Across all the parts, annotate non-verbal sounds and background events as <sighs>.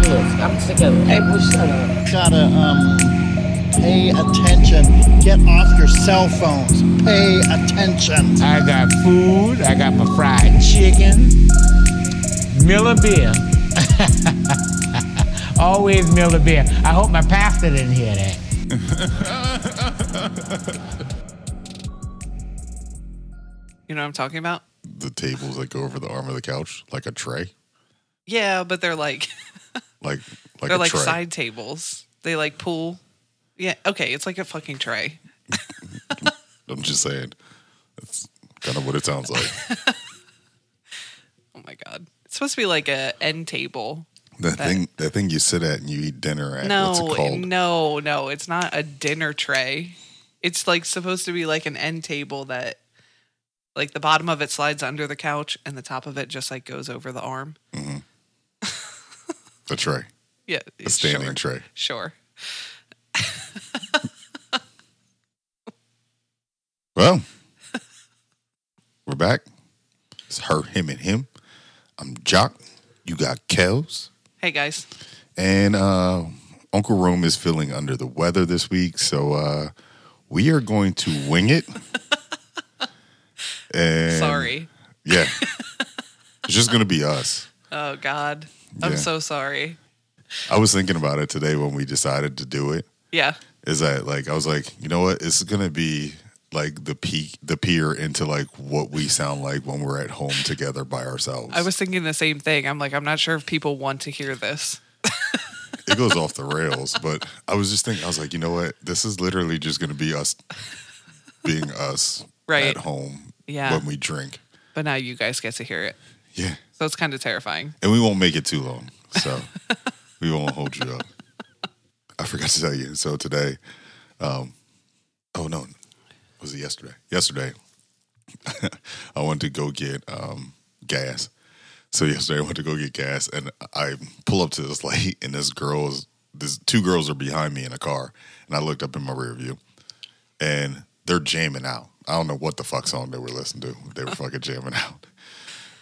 minutes ago. April, shut up. Gotta um, pay attention. Get off your cell phones. Pay attention. I got food. I got my fried chicken. Miller beer. <laughs> Always Miller beer. I hope my pastor didn't hear that. You know what I'm talking about? The tables that go over the arm of the couch, like a tray, Yeah, but they're like <laughs> like like they're a like tray. side tables. They like pull. Yeah, okay, it's like a fucking tray. I'm just saying, that's kind of what it <laughs> sounds like. Oh my god, it's supposed to be like a end table. that thing, that thing you sit at and you eat dinner at. No, Eh, What's it called? no, no, it's not a dinner tray. It's like supposed to be like an end table that, like the bottom of it slides under the couch and the top of it just like goes over the arm. A tray, Yeah, a standing tray. Sure. Well, <laughs> we're back. It's her, him, and him. I'm Jock. You got Kels. Hey guys, And uh, Uncle Rome is feeling under the weather this week, so uh, we are going to <laughs> wing it. and sorry. Yeah, <laughs> it's just gonna be us. Oh God, I'm Yeah. so sorry. I was thinking about it today when we decided to do it. Yeah, Is that like I was like, you know what? It's gonna be like the peak, the peer into like what we sound like when we're at home together by ourselves. I was thinking the same thing. I'm like, I'm not sure if people want to hear this. it goes off the rails. But I was just thinking, I was like, you know what? This is literally just going to be us being us Right. at home Yeah. when we drink. But now you guys get to hear it. Yeah. So it's kind of terrifying. And we won't make it too long. So <laughs> we won't hold you up. I forgot to tell you. So today, um, oh no, was it yesterday? Yesterday, <laughs> I wanted to go get um, gas. So yesterday, I went to go get gas, and I pull up to this light, and this girl's, this two girls are behind me in a car, and I looked up in my rear view, and they're jamming out. I don't know what the fuck song they were listening to. They were fucking jamming out.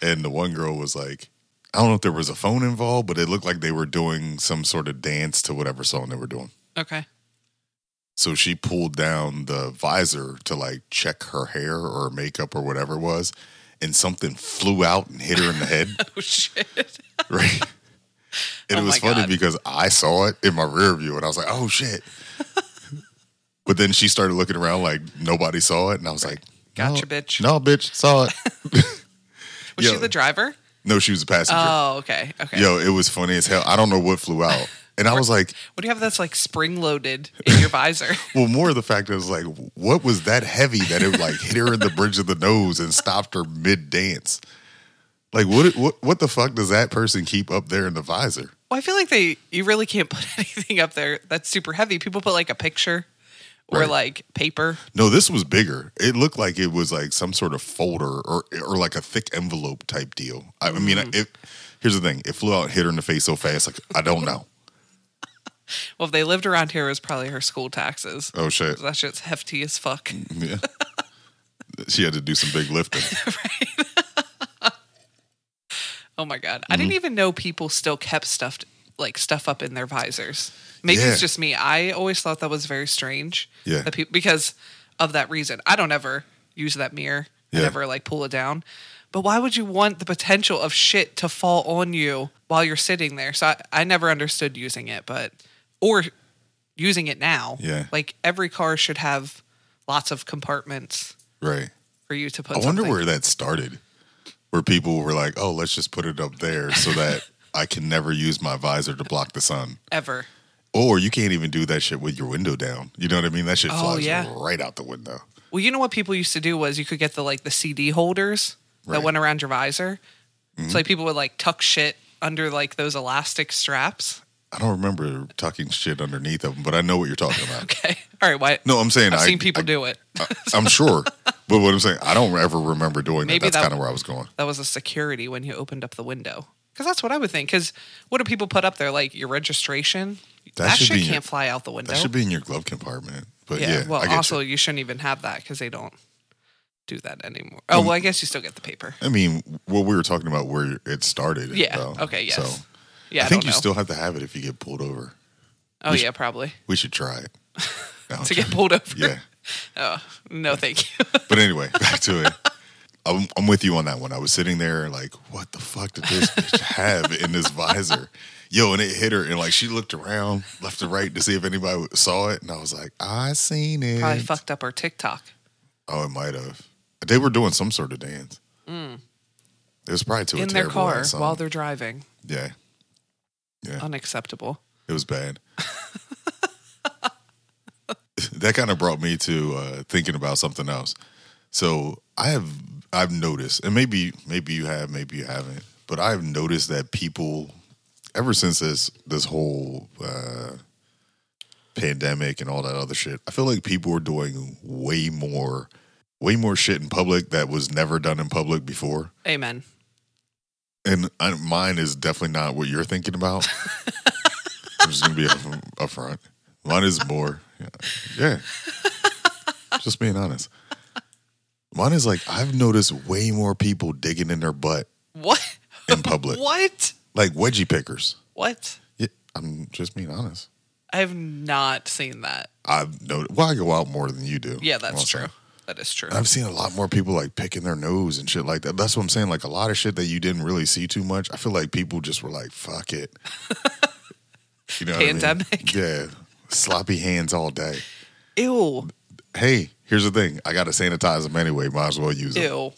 And the one girl was like, I don't know if there was a phone involved, but it looked like they were doing some sort of dance to whatever song they were doing. Okay. So she pulled down the visor to like check her hair or makeup or whatever it was, and something flew out and hit her in the head. <laughs> <laughs> Oh shit. right. And Oh it was my funny God. because I saw it in my rear view and I was like, <laughs> oh shit. but then she started looking around like nobody saw it. And I was like, Gotcha, no, bitch. No, bitch, saw it. <laughs> Was she Yo. the driver? no, she was a passenger. Oh, okay. Okay. Yo, it was funny as hell. I don't know what flew out. And I was like, What do you have that's like spring loaded in your <laughs> visor? well, more of the fact that it was like, what was that heavy that it like hit her in the bridge of the nose and stopped her mid dance? Like, what, what, what the fuck does that person keep up there in the visor? Well, I feel like they you really can't put <laughs> anything up there that's super heavy. People put like a picture or Right. like paper. No, this was bigger. It looked like it was like some sort of folder or or like a thick envelope type deal. I, I mean, it, here's the thing: it flew out, and hit her in the face so fast. Like, I don't know. Well, if they lived around here, it was probably her school taxes. Oh shit! <laughs> That shit's hefty as fuck. Yeah, she had to do some big lifting. Oh my god. I Mm-hmm. didn't even know people still kept stuffed like stuff up in their visors. Maybe Yeah. it's just me. I always thought that was very strange. Yeah. That people because of that reason. I don't ever use that mirror. Yeah. I never like pull it down. But why would you want the potential of shit to fall on you while you're sitting there? So I, I never understood using it, but or using it now. Yeah. Like every car should have lots of compartments Right. for you to put I wonder something. where that started, where people were like, "Oh, let's just put it up there so that I can never use my visor to block the sun." ever. Or you can't even do that shit with your window down. You know what I mean? That shit Oh, flies yeah. right out the window. Well, you know what people used to do was you could get the like the CD holders Right. Mm-hmm. that went around your visor. So like people would like tuck shit under like those elastic straps. <laughs> I don't remember tucking shit underneath of them, but I know what you're talking about. Okay. All right. Why? No, I'm saying I've I- seen people I- do it. I, am sure. But what I'm saying, I don't ever remember doing Maybe that. That's that- kind of where I was going. That was a security when you opened up the window. Because that's what I would think. Because what do people put up there? Like your registration? That That, should shit be in can't your- fly out the window. That should be in your glove compartment. But yeah, yeah. Well, I get also, you. you. shouldn't even have that because they don't do that anymore. Oh, well, I guess you still get the paper. I mean, well, we were talking about where it started. Yeah, though. okay, yes. So Yeah, I, I think don't you know. still have to have it if you get pulled over. Oh we sh- yeah, <laughs> probably We should <laughs> try it. No, I'm to get joking. pulled over. Yeah. Oh no, thank you. But anyway, <laughs> back to it. I'm, I'm with you on that one. I was sitting there like, what the fuck did this bitch have in this visor? Yo, and it hit her, and like she looked around left to right to see if anybody w- saw it, and I was like, I seen it. Probably fucked up our TikTok. Oh, it might have. They were doing some sort of dance. It was probably to a Mm. in their terrible car ass song. while they're driving. yeah, yeah. Unacceptable. It was bad. <laughs> that kind of brought me to uh, thinking about something else. So I have I've noticed, and maybe maybe you have, maybe you haven't, but I've noticed that people ever since this this whole uh, pandemic and all that other shit, I feel like people are doing way more way more shit in public that was never done in public before Amen. and I, mine is definitely not what you're <laughs> thinking about. I'm just gonna be up, upfront. Mine is more, yeah. Just being honest. Mine is like I've noticed way more people digging in their butt What? <laughs> in public, What? like wedgie pickers. What? Yeah, I'm just being honest. I have not seen that. I've noticed. Well, I go out more than you do. Yeah, that's Also. true. That is true. I've seen a lot more people like picking their nose and shit like that. That's what I'm saying. Like a lot of shit that you didn't really see too much. I feel like people just were like, fuck <laughs> it. You know, what I mean? Pandemic. <laughs> Yeah. Sloppy hands all day. Ew. Hey, here's the thing. I got to sanitize them anyway. Might as well use them. Ew.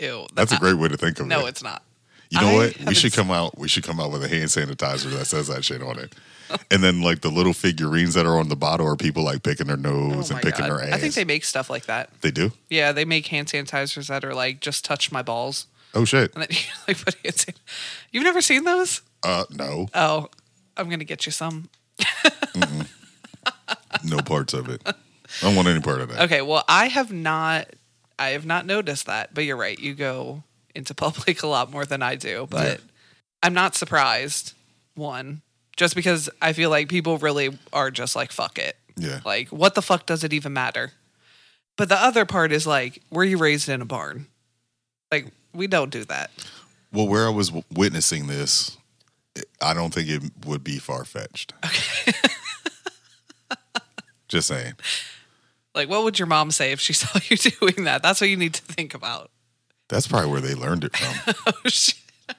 Ew. That's a great way to think of it. No, it's not. You know I what? We haven't should seen- come out. We should come out with a hand sanitizer that says that shit on it. And then like the little figurines that are on the bottle are people like picking their nose Oh and my picking God. their ass. I think they make stuff like that. they do. Yeah, they make hand sanitizers that are like just touch my balls, Oh shit. and then <laughs> you like put hand san- You've never seen those? Uh, no, Oh, I'm gonna get you some. no parts of it. I don't want any part of that. Okay, well, I have not, I have not noticed that, but you're right. You go into <laughs> public a lot more than I do, but Yeah. I'm not surprised. One, just because I feel like people really are just like fuck it. Yeah. Like, what the fuck does it even matter? But the other part is like, were you raised in a barn? Like, we don't do that. Well, where I was w- witnessing this, I don't think it would be far fetched. Okay. <laughs> Just saying. Like, what would your mom say if she <laughs> saw you doing that? That's what you need to think about. <laughs> That's probably where they learned it from. Oh, shit.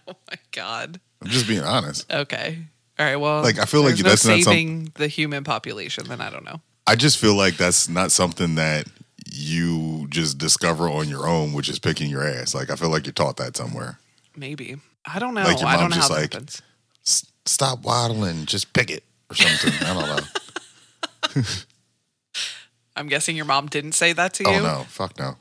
oh my God. I'm just being honest. Okay. All right. Well, Like, I feel like there's that's no not some- saving the human population. Then I don't know. I just feel like that's not something that you just discover on your own, which is picking your ass. Like, I feel like you're taught that somewhere. Maybe I don't know. Like your I don't mom's know how just that like- happens. S- stop waddling, just pick it or something. I don't know. I'm guessing your mom didn't say that to you. Oh, no. Fuck no.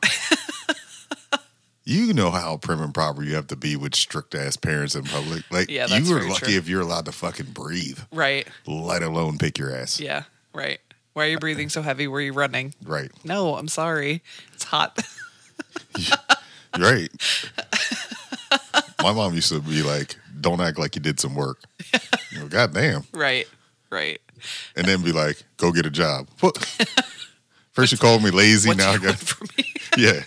You know how prim and proper you have to be with strict ass parents in public. Like, Yeah, that's you are very lucky true. if you're allowed to fucking breathe. Right. let alone pick your ass. Yeah. Right. Why are you breathing so heavy? Were you running? Right. No, I'm sorry. It's hot. <laughs> Right. My mom used to be like, don't act like you did some work. You know, God damn. right. Right. <laughs> And then be like, go get a job. What? <laughs> First you called me lazy, What do now I you want got from me? <laughs> Yeah.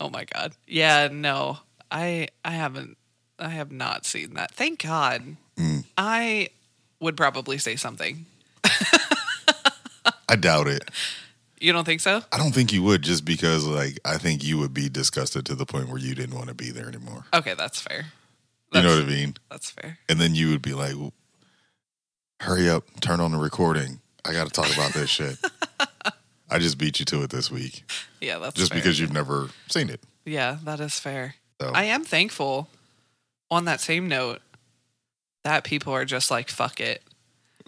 Oh my god. Yeah, no. I I haven't I have not seen that. Thank God. Mm. I would probably say something. I doubt it. You don't think so? I don't think you would just because like I think you would be disgusted to the point where you didn't want to be there anymore. Okay, that's fair. You That's, know what I mean? That's fair. And then you would be like, hurry up, turn on the recording. I gotta talk about this <laughs> shit. I just beat you to it this week. Yeah, that's Just fair. because you've never seen it. Yeah, that is fair. So I am thankful on that same note that people are just like fuck it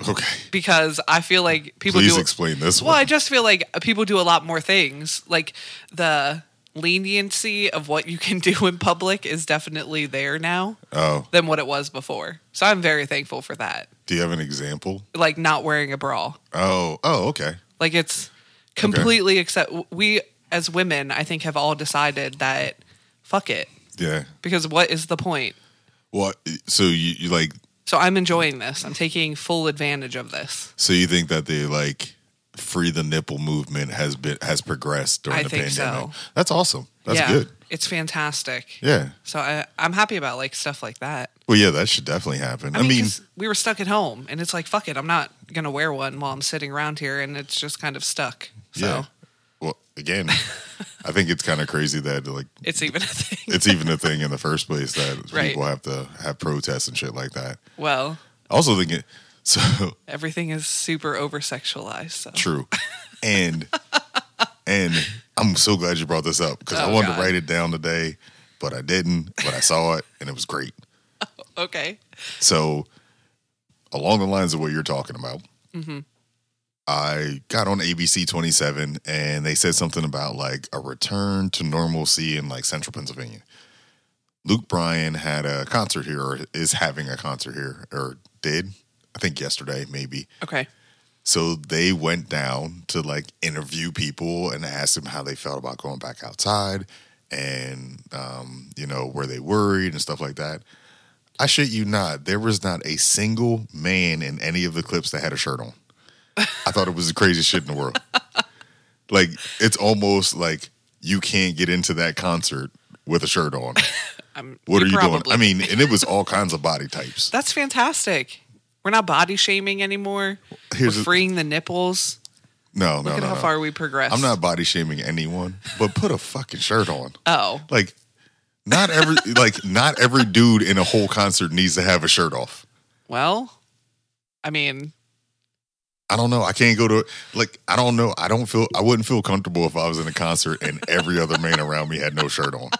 Okay. because I feel like people Please do explain this Well, one. I just feel like people do a lot more things. Like the leniency of what you can <laughs> do in public is definitely there now oh, than what it was before. So I'm very thankful for that. do you have an example? Like not wearing a bra. Oh, oh, okay. Like it's completely accept we as women I think have all decided that fuck it Yeah. because what is the point? Well, so you, you like, So I'm enjoying this. I'm taking full advantage of this. so you think that they like free the nipple movement has been has progressed during I the think pandemic. so. That's awesome. That's yeah, good. it's fantastic. Yeah. So I, I'm happy about like stuff like that. Well, yeah, that should definitely happen. I mean, 'cause we were stuck at home, and it's like, fuck it, I'm not gonna wear one while I'm sitting around here, and it's just kind of stuck. So yeah. Well, again, I think it's kind of crazy that like it's even a <laughs> thing. it's even a thing in the first place <laughs> that Right. people have to have protests and shit like that. Well, I also think it <laughs> so everything is super over sexualized. So true, and and I'm so glad you brought this up because I Oh, wanted God. to write it down today, but I didn't. But I saw it and it was great. okay, So, along the lines of what you're talking about, I got on ABC 27 and they said something about like a return to normalcy in like central Pennsylvania. Luke Bryan had a concert here or is having a concert here or did, I think yesterday, maybe. okay, So they went down to like interview people and asked them how they felt about going back outside and, um, you know, were they worried and stuff like that. I shit you not, there was not a single man in any of the clips that had a shirt on. I thought it was the craziest shit in the world. Like, it's almost like you can't get into that concert with a shirt on. <laughs> I'm. What are you probably- doing? I mean, and it was all kinds of <laughs> body types. that's fantastic. We're not body shaming anymore. Here's We're the- freeing the nipples. No, no, Look at no. how no. far we progressed. I'm not body shaming anyone, but put a fucking shirt on. Oh, like not every <laughs> like not every dude in a whole concert needs to have a shirt off. well, I mean, I don't know. I can't go to like I don't know. I don't feel I wouldn't feel comfortable if I was in a concert and every other man around me had no shirt on.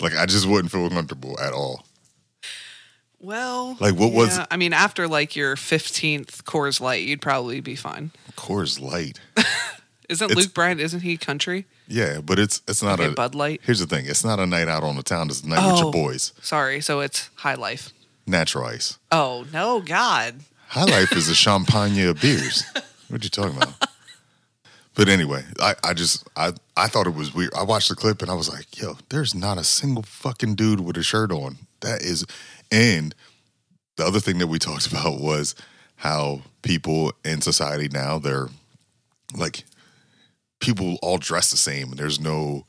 Like I just wouldn't feel comfortable at all. well, Like, what was- yeah, I mean, after like your fifteenth Coors Light, you'd probably be fine. Coors Light. Isn't It's- Luke Bryan? Isn't he country? Yeah, but it's it's not Okay, a Bud Light. Here's the thing. It's not a night out on the town. It's a night with Oh. your boys. Sorry, so it's High Life. Natural ice. Oh no, God! High life is a champagne of beers. What you talking about? But anyway, I, I just I, I thought it was weird. I watched the clip and I was like, yo, there's not a single fucking dude with a shirt on. That is and the other thing that we talked <laughs> about was how people in society now they're like people all dress the same and there's no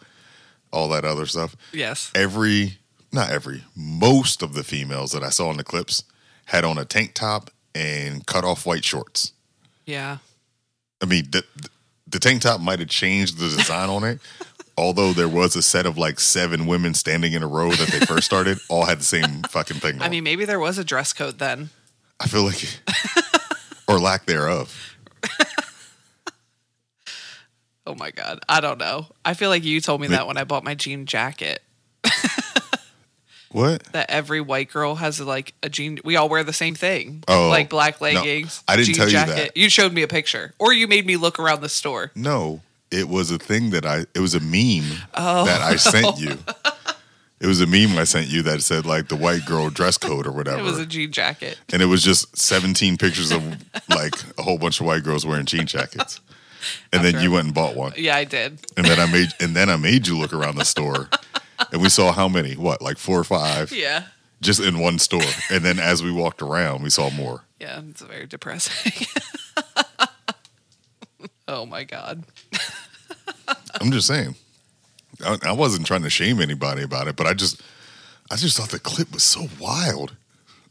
all that other stuff Yes, every not every most of the females that I saw in the clips had on a tank top and cut off white shorts. yeah. I mean, the, the tank top might have changed the design <laughs> on it, although there was a set of like seven women standing in a row that they <laughs> first started, all had the same fucking thing. On. I mean, maybe there was a dress code then. I <laughs> feel like, or lack thereof. Oh my God, I don't know. I feel like you told me Ma- that when I bought my jean jacket. What? That every white girl has like a jean. We all wear the same thing. Oh, like black no. leggings. I didn't jean tell you that. jacket. You showed me a picture, or you made me look around the store. No, it was a thing that I. It was a meme Oh. that I sent <laughs> you. It was a meme I sent you that said like the white girl dress code or whatever. It was a jean jacket. and it was just 17 pictures of like a whole bunch of white girls wearing jean jackets and then you went and bought one Yeah, I did. and then i made and then i made you look around the store and we saw how many what like four or five Yeah, just in one store and then as we walked around we saw more yeah. It's very depressing. <laughs> oh my God. i'm just saying I, I wasn't trying to shame anybody about it but i just i just thought the clip was so wild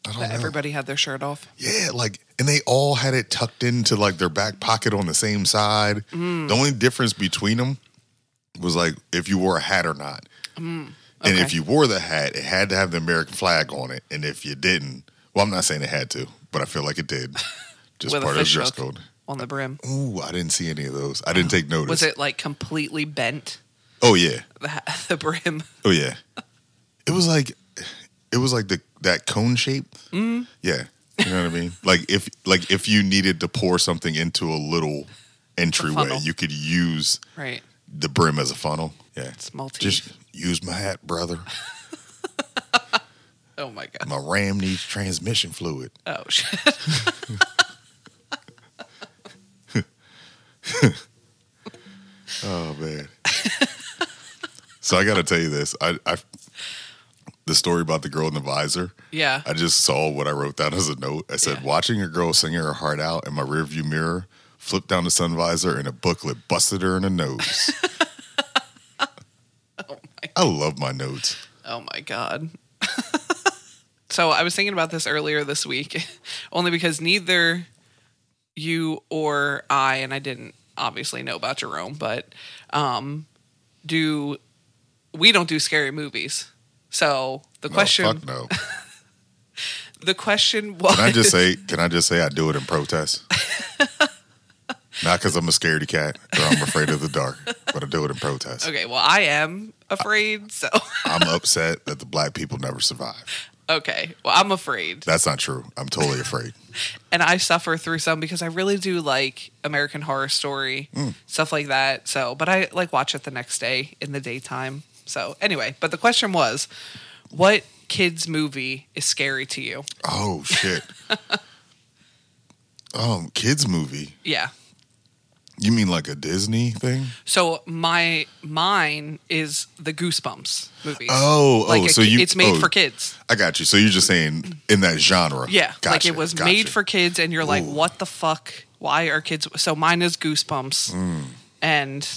i don't That know everybody had their shirt off. Yeah, like, and they all had it tucked into like their back pocket on the same side. Mm. The only difference between them was like if you wore a hat or not. And if Mm, okay. you wore the hat, it had to have the American flag on it. And if you didn't, well, I'm not saying it had to, but I feel like <laughs> it did. Just With a part of the dress fishhook code. on the brim. Ooh, I didn't see any of those. I didn't take notice. Uh-huh. Was it like completely bent? Oh yeah, The, ha- <laughs> the brim. oh yeah. It was like, it was like the that cone shape. Mm-hmm. Yeah. You know what I mean? Like if like if you needed to pour something into a little entryway, funnel. you could use Right. the brim as a funnel. Yeah. It's multi. Just use my hat, brother. oh my God. My ram needs transmission fluid. Oh shit. <laughs> Oh <laughs> man. so I gotta tell you this. I I the story about the girl in the visor. Yeah. I just saw what I wrote down as a note. I said, Yeah. watching a girl singing her heart out in my rearview mirror flipped down the sun visor, and a booklet busted her in the <laughs> nose. <laughs> I love my notes. Oh my God. <laughs> so I was thinking about this earlier this week, <laughs> only because neither you or I, and I didn't obviously know about Jerome, but um, do we don't do scary movies. So the No, question, fuck no. the question <laughs> was, Can I just say? Can I just say I do it in <laughs> protest? Not because I'm a scaredy cat or I'm afraid of the dark, but I do it in protest. okay, well, I am afraid. So, <laughs> I'm upset that the black people never survive. okay, well, I'm afraid. That's not true. I'm totally afraid. and I suffer through some because I really do like American Horror Story Mm. stuff like that. So, but I like watch it the next day in the daytime. So, anyway, but the question was, what kids movie is scary to you? <laughs> Oh shit. um, kids movie. Yeah. You mean like a Disney thing? So my mine is the Goosebumps movies. Oh, oh, a so ki- you- it's made oh. for kids. I got you. So you're just saying in that genre. Yeah, like Gotcha, it was gotcha. made for kids, and you're like, Ooh. what the fuck? Why are kids? So mine is Goosebumps, Hmm. and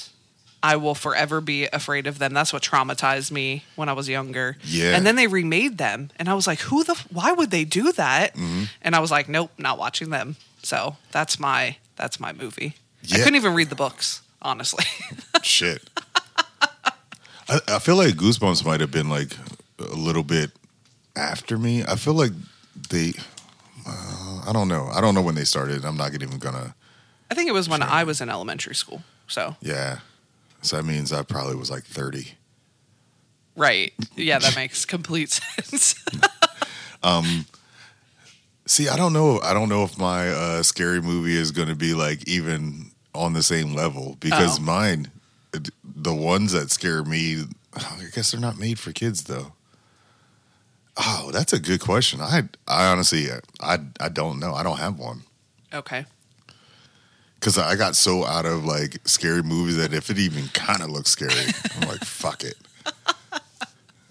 I will forever be afraid of them. That's what traumatized me when I was younger. Yeah. and then they remade them, and I was like, who the? f- Why would they do that? Mm-hmm. And I was like, nope, not watching them. So that's my that's my movie. I Yeah. couldn't even read the books, honestly. <laughs> shit. I, I feel like Goosebumps might have been like a little bit after me. I feel like they. Uh, I don't know. I don't know when they started. I'm not even gonna. I think it was when I was in elementary school. So Yeah. So that means I probably was like 30. right, yeah, that makes complete <laughs> sense. See, I don't know. I don't know if my uh, scary movie is going to be like even on the same level because Oh. mine, the ones that scare me, I guess they're not made for kids though. Oh, that's a good question. I, I honestly, I, I don't know. I don't have one okay. because I got so out of like scary movies that if it even kind of looks scary, I'm like, fuck it.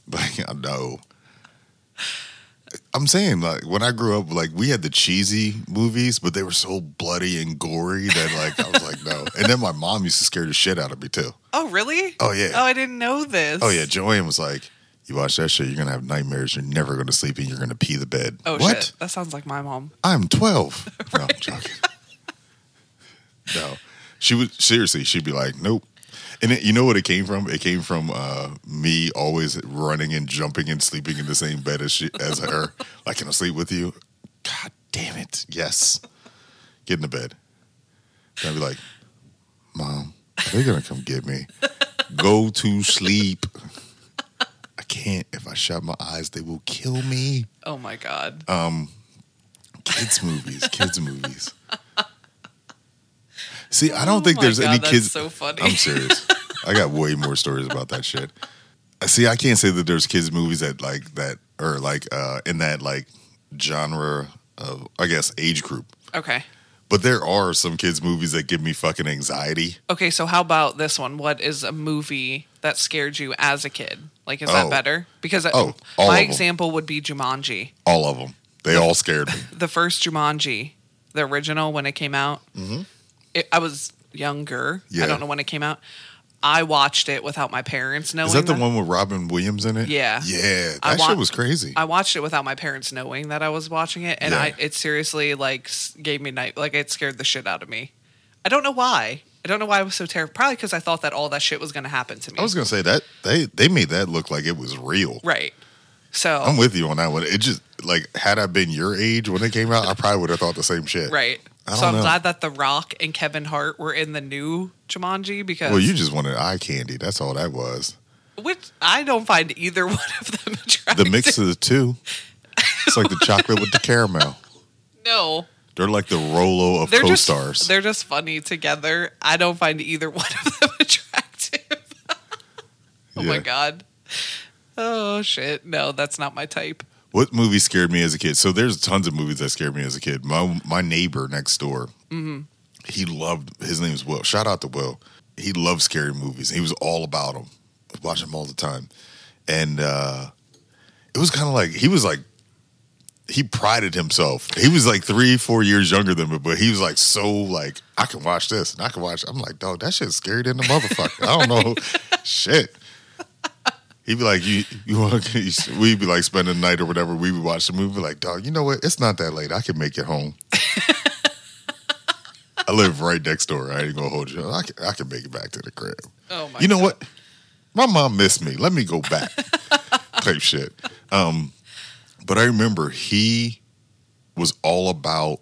<laughs> Like I know. I'm saying like when I grew up, like we had the cheesy movies, but they were so bloody and gory that like I was like, no. And then my mom used to scare the shit out of me too. Oh, really? Oh, yeah. Oh, I didn't know this. Oh yeah, Joanne was like, "You watch that shit, you're gonna have nightmares. You're never gonna sleep, and you're gonna pee the bed." Oh, what? shit. That sounds like my mom. I'm 12. No, I'm joking. no, she would seriously. She'd be like, nope. And it, you know what it came from? It came from uh, me always running and jumping and sleeping in the same bed as she, as her. like, can I sleep with you? God damn it! Yes, get in the bed. And I'd be like, Mom, they're gonna come get me. Go to sleep. I can't. If I shut my eyes, they will kill me Oh my god. kids movies kids movies see i don't Oh think my there's God, any that's kids so funny. i'm serious i got way more stories about that shit Uh, see i can't say that there's kids movies that like that or like uh in that like genre of i guess age group okay. but there are some kids movies that give me fucking anxiety Okay, so how about this one? What is a movie that scared you as a kid? Like, is that Oh. better? Because I- Oh, all my of 'em. example would be Jumanji. all of them they all scared <laughs> me The first Jumanji, the original when it came out. Mm-hmm. It, I was younger. I Yeah. don't know when it came out. I watched it without my parents knowing. is that the one with robin williams in it Oh, Yeah. yeah I that wa- shit was crazy I watched it without my parents knowing that I was watching it, and Yeah. I it seriously like s- gave me night like it scared the shit out of me. I don't know why. I don't know why I was so terrified. Probably because I thought that all that shit was going to happen to me. I was gonna say that they they made that look like it was real right. So I'm with you on that one. It just like had I been your age when it came out, I probably would have thought the same shit. right. I So don't I'm know. glad that The Rock and Kevin Hart were in the new Jumanji because Well, you just wanted eye candy. That's all that was. which I don't find either <laughs> one of them The <laughs> attractive. mix of the two. It's like the chocolate with the caramel. no. They're like the Rolo of They're just co-stars. they're just funny together. I don't find either <laughs> one of them attractive. Oh my Yeah. god. Oh shit. No, that's not my type. What movie scared me as a kid? So there's tons of movies that scared me as a kid. My my neighbor next door, he loved. His name's Will. Shout out to Will. He loved scary movies. He was all about them. Watched them all the time, and uh, it was kind of like he was like he prided himself. He was like three, four years younger than me, but he was like so like I can watch this and I can watch. I'm like, dog, that shit's scary than the motherfucker. I don't know, <laughs> shit. He'd be like, you, <laughs> you want? We'd be like spending the night or whatever. We would watch the movie. Be like, dog, you know what? It's not that late. I can make it <laughs> home. I live right next door. I ain't gonna hold you. I can, I can make it back to the crib. Oh my you know God. what? My mom missed me. Let me go <laughs> back. type shit. Um, but I remember he was all about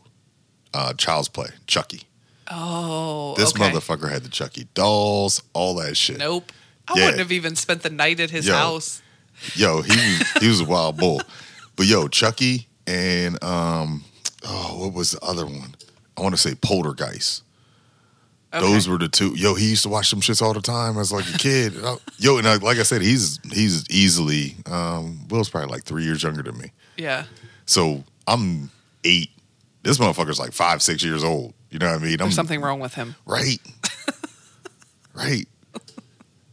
uh, Child's Play, Chucky. Oh, This okay. motherfucker had the Chucky dolls, all that shit. Nope. I Yeah. wouldn't have even spent the night at his Yo. house. Yo, he was, he was a wild bull. But yo, Chucky and um, oh, what was the other one? I want to say Poltergeist. Okay. Those were the two. Yo, he used to watch them shits all the time as like <laughs> a kid. And I- yo, and I, like I said, he's he's easily um, Will's probably like three years younger than me. yeah. So I'm eight. This motherfucker's like five, six years old. You know what I mean? I'm There's something wrong with him. <laughs> right, right.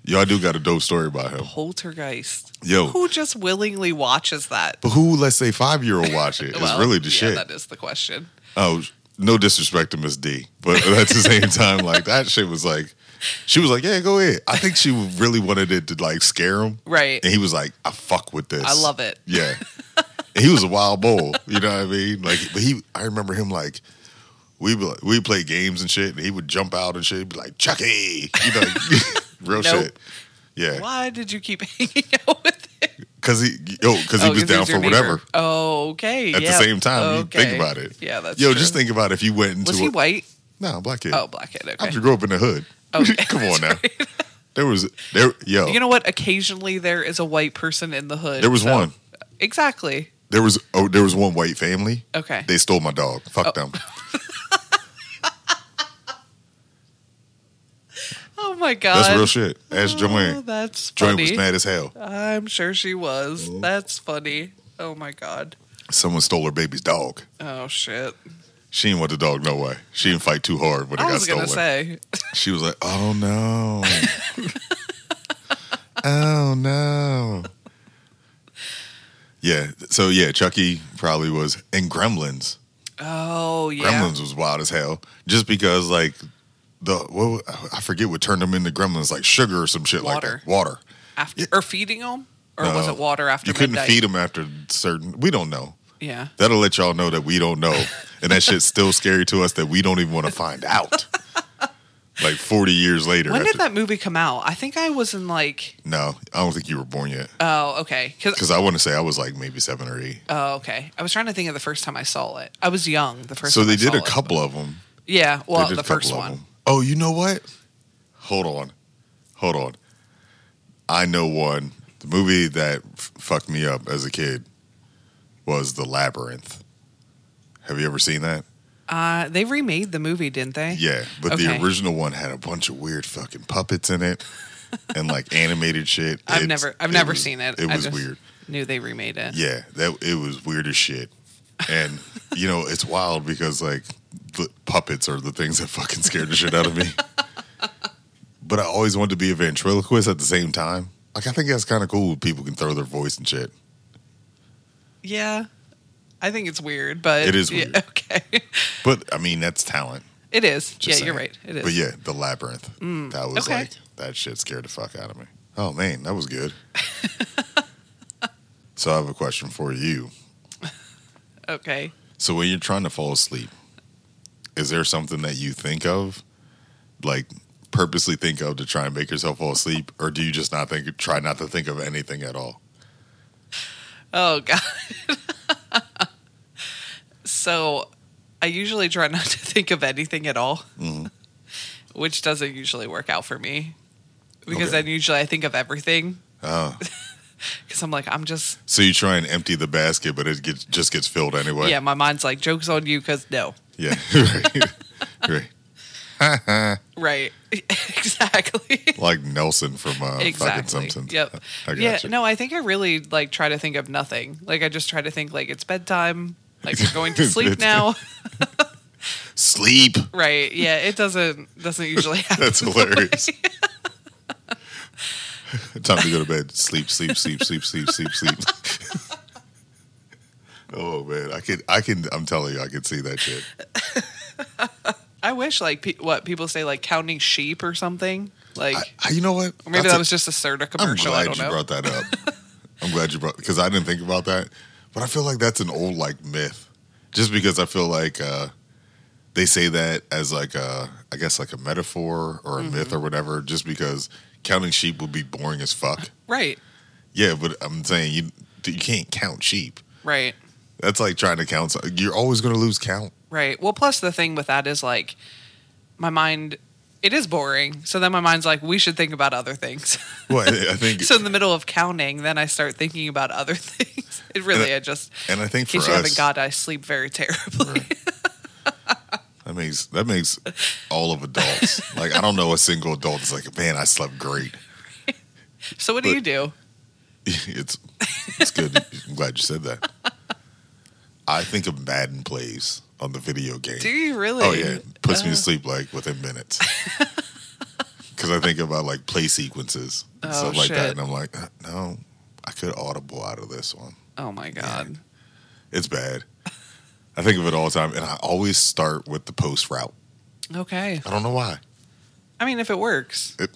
Yo, I do got a dope story about him. Poltergeist. Yo, Who just willingly watches that? but who? Let's say five year old watch it. It's Well, really the yeah, shit. That is the question. Oh, no disrespect to Miss D, but at <laughs> the same time, like that shit was like, she was like, yeah, go ahead. I think she really wanted it to like scare him. Right. And he was like, I fuck with this. I love it. Yeah. <laughs> And he was a wild bull. You know what I mean? Like, but he, I remember him like, we be like, we play games and shit, and he would jump out and shit, he'd be like Chucky, you know, <laughs> real Nope. shit. Yeah, Why did you keep <laughs> hanging out with him? because he, yo, because he Oh, was 'cause down he's your for neighbor. whatever. Oh, okay. At yeah. the same time, you Okay. think about it. Yeah, that's yo, true. just think about if you went into Was he a, white? no black kid. Oh, blackhead. Okay. I grew up in the hood. Okay, <laughs> <laughs> Come that's on now. right. There was there yo. You know what? Occasionally there is a white person in the hood. There was so- one. Exactly. there was oh there was one white family. Okay. They stole my dog. <laughs> Fuck them. oh my god. That's real shit. Ask Oh, Joanne. that's Joanne funny. Uh. was mad as hell. I'm sure she was. That's funny. Oh my god. Someone stole her baby's dog. Oh shit. She didn't want the dog no way. She didn't fight too hard when it I got was stolen. gonna say. She was like, "Oh no, <laughs> oh no." Yeah. So yeah, Chucky probably was, and Gremlins. Oh yeah. Gremlins was wild as hell. Just because like the what I forget what turned them into Gremlins, like sugar or some shit Water. like that. Water. After or feeding them, or was No. it water after You couldn't midnight? feed them after certain. We don't know. Yeah. That'll let y'all know that we don't know, <laughs> and that shit's still scary to us that we don't even want to find <laughs> out. like forty years later. When did after- that movie come out? I think I was in like. no, I don't think you were born yet. Oh okay. Because Because I want to say I was like maybe seven or eight. oh okay. I was trying to think of the first time I saw it. I was young the first. so time they I did saw a it. couple of them. Yeah. Well, They did the a couple first of one. them. Oh, you know what? Hold on. Hold on. I know one. The movie that f- fucked me up as a kid was The Labyrinth. Have you ever seen that? Uh, they remade the movie, didn't they? Yeah, but Okay. the original one had a bunch of weird fucking puppets in it and like <laughs> animated shit. I've It's- never, I've never was- seen it. It I was just weird. Knew they remade it. Yeah, that it was weird as shit. And you know, it's wild because like the puppets are the things that fucking scared the shit out of me. but I always wanted to be a ventriloquist at the same time. Like I think that's kind of cool. when People can throw their voice and shit. Yeah. I think it's weird, but It is yeah, weird. <laughs> okay, But I mean, that's talent. it is. yeah, Just you're saying. right. It is. Mm. But yeah, the labyrinth. that was okay. like that shit scared the fuck out of me. Oh man, that <laughs> was good. so I have a question for you. Okay. So when you're trying to fall asleep, is there something that you think of, like purposely think of to try and make yourself fall asleep, or do you just not think, try not to think of anything at all? Oh god. <laughs> so, I usually try not to think of anything at all, Mm-hmm. <laughs> which doesn't usually work out for me because Okay. then usually I think of everything <laughs> Oh, because I'm like I'm just so you try and empty the basket, but it gets just gets filled anyway. yeah my mind's like jokes on you because no yeah, <laughs> right. right. right <laughs> exactly Like Nelson from uh, fucking exactly. Simpsons. Yep. <laughs> I got yeah. you. No, I think I really like try to think of nothing. Like I just try to think like it's bedtime. Like we're going <laughs> to sleep now. Sleep. <laughs> right. Yeah. It doesn't doesn't usually happen. <laughs> <laughs> That's that hilarious. way. Time to go to bed. Sleep, sleep, sleep, sleep, sleep, sleep, sleep. <laughs> Oh man, I can I can I'm telling you, I can see that shit. I wish like pe- what people say like counting sheep or something. Like I, I- you know what? or maybe That's that a- was just a Serta I'm commercial. I glad don't you know. brought that <laughs> up. I'm glad you brought because I didn't think about that, but I feel like that's an old like myth. Just because I feel like uh, they say that as like a, I guess like a metaphor or a myth Mm-hmm. or whatever. Just because counting sheep would be boring as fuck. right. Yeah, but I'm saying you you can't count sheep. Right. That's like trying to count. some- You're always going to lose count. Right. Well, plus the thing with that is like my mind it is boring. So then my mind's like we should think about other things. Well, I I think <laughs> so in the middle of counting, then I start thinking about other <laughs> things. It really I just and I think in case for us, you haven't got I sleep very terribly. That makes that makes all of adults. like I don't know a single adult that's like, man, I slept great. <laughs> so what do But- you do? <laughs> it's it's good. <laughs> I'm glad you said that. I think of Madden plays on the video game. Do you really? Uh-huh. Oh yeah, it puts me to sleep like within <laughs> minutes. Because I think about like play sequences and Oh, stuff like shit. that, and I'm like, "Uh, no, I could audible out of this one. Oh my god. It's bad. I think of it all the time, and I always start with the post route. Okay. I don't know why. I mean if it works. It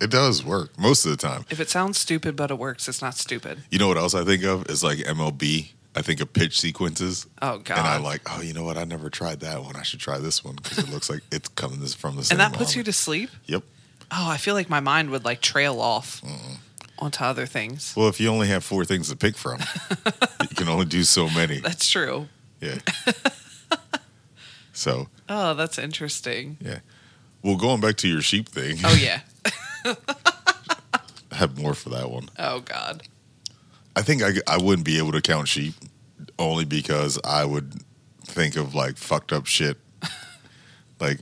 it does work most of the time. If it sounds stupid but it works, it's not stupid. You know what else I think of is like MLB. I think of pitch sequences. Oh god. And I'm like, oh, you know what? I never tried that one. I should try this one because it looks like it's coming this from the and same. that puts you monitor. to sleep? Yep. Oh, I feel like my mind would like trail off onto other things. Well, if you only have four things to pick from, you can only do so many. That's true. <laughs> Yeah. so Oh, that's interesting. yeah. Well, going back to your sheep thing, <laughs> Oh yeah. I have more for that one. Oh god. I think I, I wouldn't be able to count sheep only because I would think of like fucked up shit. <laughs> like,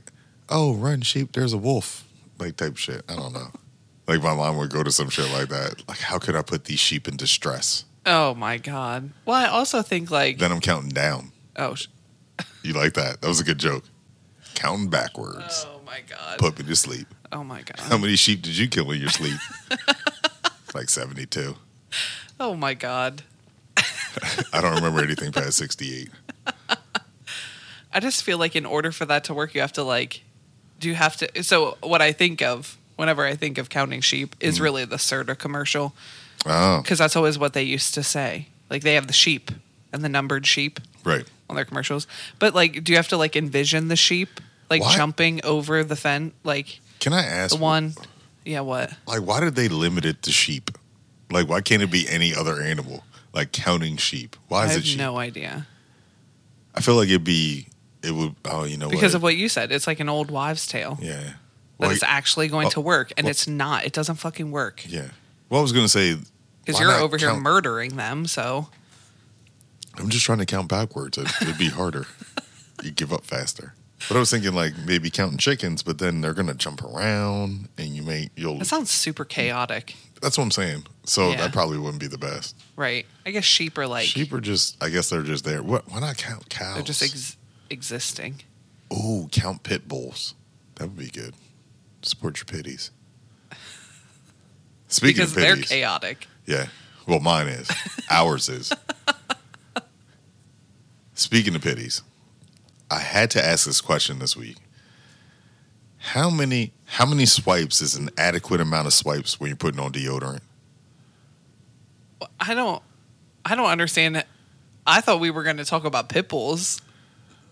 oh, run sheep, there's a wolf, like type shit. I don't know. like my mom would go to some shit like that. Like, how could I put these sheep in distress? Oh my god. Well, I also think like Then I'm counting down. oh sh- You like that? That was a good joke. Counting backwards. oh my god. Put me to sleep. oh my How god. many sheep did you kill in <laughs> your sleep? like 72. Oh my god. I don't remember anything past 68. I just feel like in order for that to work, you have to like do you have to so what I think of whenever I think of counting sheep Mm. is really the Serta commercial Oh, because that's always what they used to say. Like they have the sheep and the numbered sheep. right. on their commercials. But like, do you have to like envision the sheep like What? jumping over the fence? Like Can I ask the one, yeah, what? like why did they limit it to sheep? Like why can't it be any other animal? Like counting sheep. Why I is have it sheep? no idea I feel like it'd be it would oh you know because of what? what you said. It's like an old wives' tale Yeah. that Well, it's actually going well, to work, and well- it's not. It doesn't fucking work yeah. Well I was gonna say because why you're not over here count- murdering them. So I'm just trying to count backwards. It, it'd <laughs> be harder. you give up faster. But I was thinking like maybe counting chickens, but then they're gonna jump around and you may you'll that sounds super chaotic, that's what I'm saying. So Yeah. that probably wouldn't be the best. right? I guess sheep are like sheep are just I guess they're just there. What why not count cows? they're just ex- existing. Oh, count pit bulls. That would be good. Support <laughs> your pitties. Speaking Because of they're pitties, chaotic. yeah. Well, <laughs> mine is. Ours is. Speaking of pitties, I had to ask this question this week. How many how many swipes is an adequate amount of swipes when you're putting on deodorant? I don't, I don't understand. it. I thought we were going to talk about pit bulls.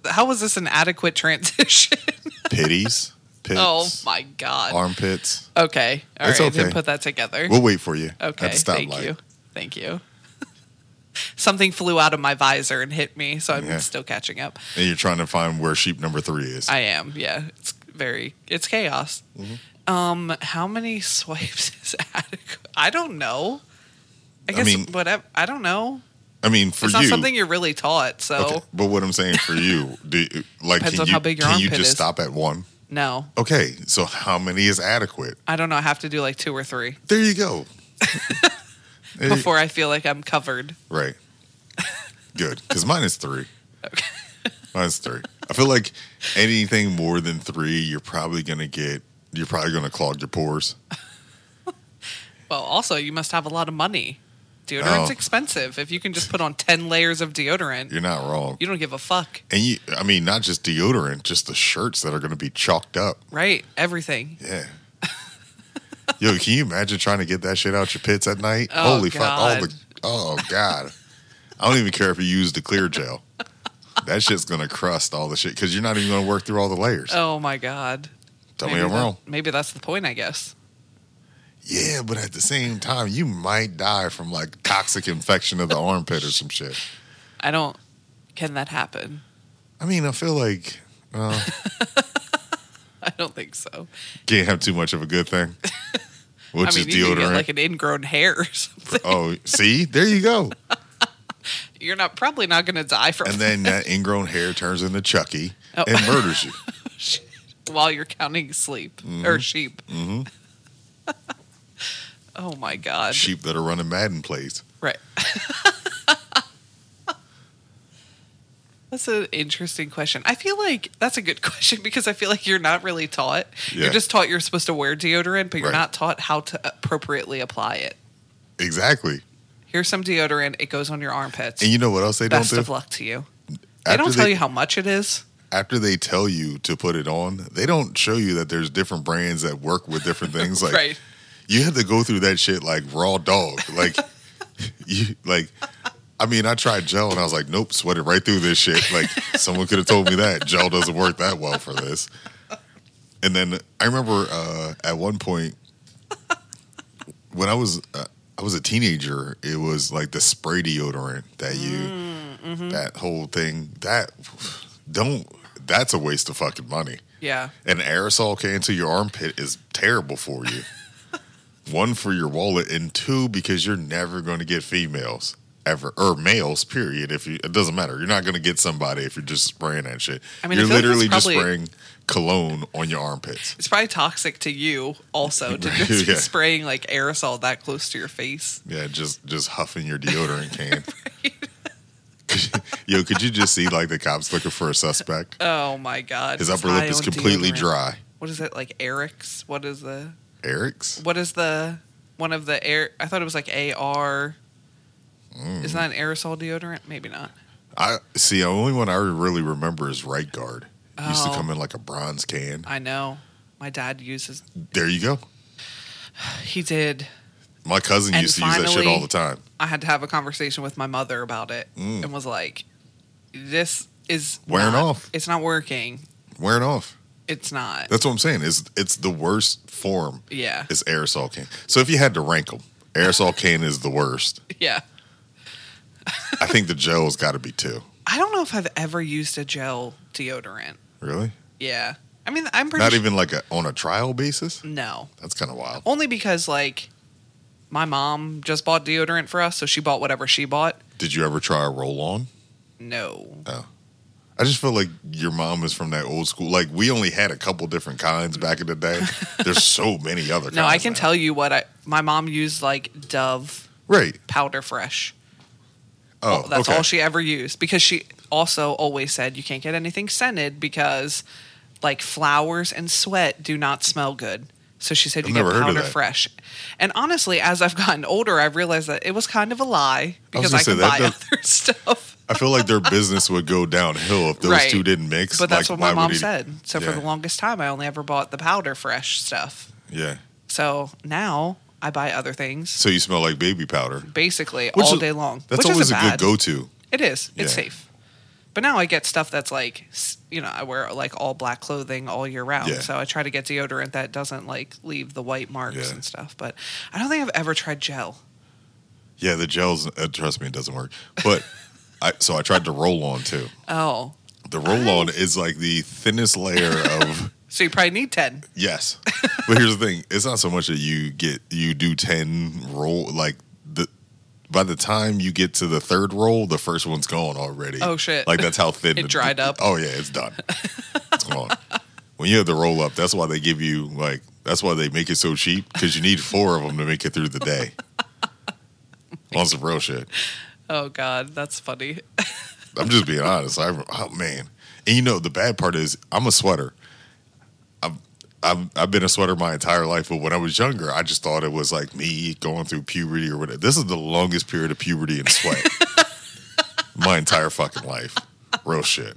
How was this an adequate transition? <laughs> Pitties, pits, Oh my god. <laughs> armpits. okay. All right. It's Then okay. put that together. We'll wait for you. at the okay. Thank stoplight. you. Thank you. <laughs> Something flew out of my visor and hit me, so I'm Yeah. still catching up. And you're trying to find where sheep number three is. I am. Yeah. It's very. It's chaos. Mm-hmm. Um. How many swipes <laughs> is adequate? I don't know. I guess mean- whatever. I don't know. I mean, for It's you, not something you're really taught. So Okay, but what I'm saying <laughs> for you, do like Depends can on you, how big your can you armpit just is. stop at one? no. Okay, so how many is adequate? I don't know. I have to do like two or three There <laughs> you go. There you- before I feel like I'm covered. <laughs> right? Good, because mine is three. <laughs> Mine's three. I feel like anything more than three, you're probably gonna get. You're probably gonna clog your pores. Well, also you must have a lot of money Deodorant's Oh. expensive. If you can just put on 10 layers of deodorant, You're not wrong. you don't give a fuck. And you, I mean, not just deodorant, just the shirts that are going to be chalked up. Right? Everything. Yeah. Yo, can you imagine trying to get that shit out your pits at night? Oh, Holy fuck! All God. the oh god, I don't even care if you use the clear gel. That shit's gonna crust all the shit because you're not even gonna work through all the layers. Oh my God. Tell maybe me I'm that- wrong. Maybe that's the point, I guess. Yeah, but at the same time, you might die from like toxic infection of the armpit or some shit. I don't. Can that happen? <laughs> I mean, I feel like uh, I don't think so. can't have too much of a good <laughs> thing, which I mean, is you could get deodorant. like an ingrown hair or <laughs> something. oh, see, there you go. You're not probably not going to die from And then that ingrown hair turns into Chucky Oh. and murders you. it while you're counting sleep Mm-hmm. or sheep. oh my God. Sheep that are running Madden plays. Right. That's an interesting question. I feel like that's a good <laughs> question because I feel like you're not really taught. Yeah. You're just taught you're supposed to wear deodorant, but you're Right. not taught how to appropriately apply it. Exactly. Here's some deodorant. It goes on your armpits. And you know what else they Best don't do? of luck to you. They After don't they- tell you how much it is. After they tell you to put it on, they don't show you that there's different brands that work with different things. <laughs> Like right. you had to go through that shit like raw dog. Like <laughs> you like I mean, I tried gel and I was like, nope, sweated right through this shit. Like someone could have told me that. Gel doesn't work that well for this. And then I remember uh, at one point when I was uh, I was a teenager, it was like the spray deodorant that you that whole thing that don't that's a waste of fucking money Yeah. an aerosol can to your armpit is terrible <laughs> for you. One for your wallet, and two because you're never going to get females ever or males. Period. If you, it doesn't matter, you're not going to get somebody if you're just spraying that shit. I mean, I you're feel like literally that's just probably- spraying cologne on your armpits. It's probably toxic to you also <laughs> to just be Yeah. spraying like aerosol that close to your face. Yeah, just just huffing your <laughs> deodorant can. <laughs> Yo, could you just see like the cops looking for a suspect? <laughs> Oh my God. His It's upper lip high is on completely deodorant. dry. What is it like? Eric's? What is the Eric's. what is the one of the air? I thought it was like AR. Mm. Is that an aerosol deodorant? Maybe not. I see. The only one I really remember is Right Guard. It Used to Oh. come in like a bronze can. I know. My dad uses. There you go. He did. My cousin And used to use that shit finally- all the time. I had to have a conversation with my mother about it and was like, "This is Mm. Wearing not- off. It's not working. Wearing off. It's not. That's what I'm saying. It's it's the worst form. yeah. Is aerosol can. So if you had to rank them, aerosol can is the worst. yeah. I think the gel's got to be two. I don't know if I've ever used a gel deodorant. Really? Yeah. I mean, I'm pretty. Not su- even like a on a trial basis. No. That's kind of wild. Only because like my mom just bought deodorant for us, so she bought whatever she bought. Did you ever try a roll on? No. Oh. I just feel like your mom is from that old school. Like we only had a couple different kinds back in the day. <laughs> There's so many other. kinds No, I can now. tell you what I my mom used like Dove Right. powder fresh. Oh, That's okay. all she ever used because she also always said you can't get anything scented because like flowers and sweat do not smell good. So she said I've you get never heard of powder that. fresh. And honestly, as I've gotten older, I've realized that it was kind of a lie because I, gonna say can that buy does- other <laughs> stuff. I feel like their business would go downhill if those Right. two didn't mix. But that's Like, what my why would mom he- said. So Yeah. for the longest time, I only ever bought the powder fresh stuff. Yeah. So now I buy other things So you smell like baby powder. basically Which all is- day long. That's which always isn't a bad. good go-to. It is. It's Yeah. safe. But now I get stuff that's like, s- you know, I wear like all black clothing all year round. Yeah. So I try to get deodorant that doesn't like leave the white marks Yeah. and stuff. But I don't think I've ever tried gel. Yeah, the gels. Uh, trust me, it doesn't work. <laughs> But I, so I tried the roll-on too. Oh. The roll-on is like the thinnest layer of. So you probably need 10. Yes. But here's the thing. It's not so much that you get you do 10 roll like the by the time you get to the third roll, the first one's gone already. Oh, shit. Like that's how <laughs> thin It the- dried up. Oh yeah, it's done. it's gone. When you have the roll up, that's why they give you like that's why they make it so cheap cuz you need 4 of them to make it through the day. On some real shit. Oh, God. That's funny. <laughs> I'm just being honest. I oh man, and you know the bad part is I'm a sweater. I'm I've, I've been a sweater my entire life, but when I was younger, I just thought it was like me going through puberty or whatever. This is the longest period of puberty <laughs> and sweat my entire fucking life. Real shit.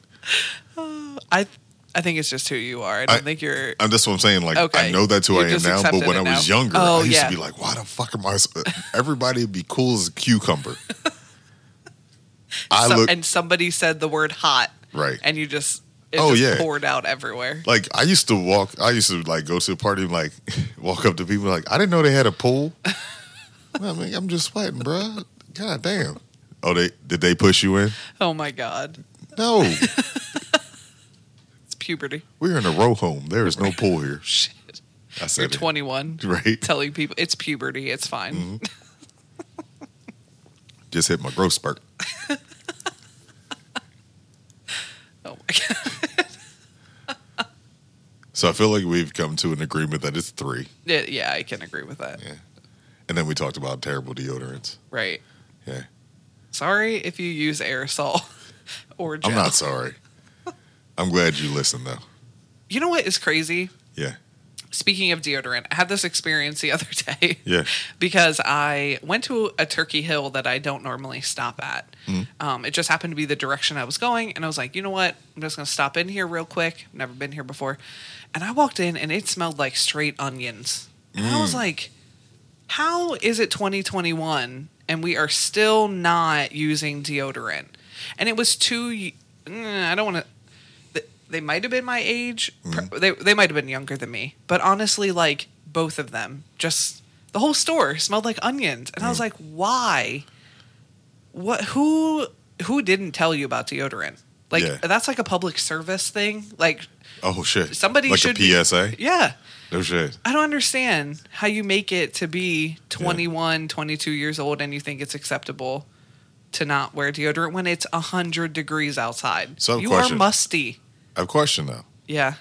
I I think it's just who you are. I don't I- think you're. And that's what I'm saying. Like, Okay. I know that's who You I am just now, but accepted when I it was now. younger, Oh, I used yeah. to be like, why the fuck am I? s- Everybody would be cool as <laughs> a cucumber. I so- look and somebody said the word hot, right. and you just it Oh, just yeah. poured out everywhere. like I used to walk. I used to like go to a party and like <laughs> walk up to people like I didn't know they had a <laughs> pool. I mean, I'm just sweating, bruh. God damn. Oh, they did they push you in? Oh my god, No, <laughs> it's puberty. <laughs> we're in a row home. There is no pool here. Shit, I you're said it. 21, right. telling people it's puberty. It's fine. Mm-hmm. Just hit my growth spurt. <laughs> Oh my god, So I feel like we've come to an agreement that it's three, yeah, yeah, I can agree with that. Yeah. and then we talked about terrible deodorants. Right. Yeah, Sorry if you use aerosol <laughs> or gel. I'm not sorry. I'm glad you listened though. You know what is crazy? Yeah, Speaking of deodorant, I had this experience the <laughs> other day. yeah, because I went to a Turkey Hill that I don't normally stop at. Um, it just happened to be the direction I was going, and I was like, you know what? I'm just gonna stop in here real quick. Never been here before, and I walked in, and it smelled like straight onions. And I was like, how is it 2021 and we are still not using deodorant? And it was two. y- mm, I don't want to. They might have been my age. Mm. Pro- They they might have been younger than me. But honestly, like both of them, just the whole store smelled like onions, and I Mm. was like, why? What? Who? Who didn't tell you about deodorant? Like Yeah. that's like a public service thing. <laughs> Like Oh shit! Somebody like should be- a PSA. yeah. No shit. I don't understand how you make it to be 21, 22 years old and you think it's acceptable to not wear deodorant when it's 100 degrees outside. So, you question. are musty. I have a question though. Yeah,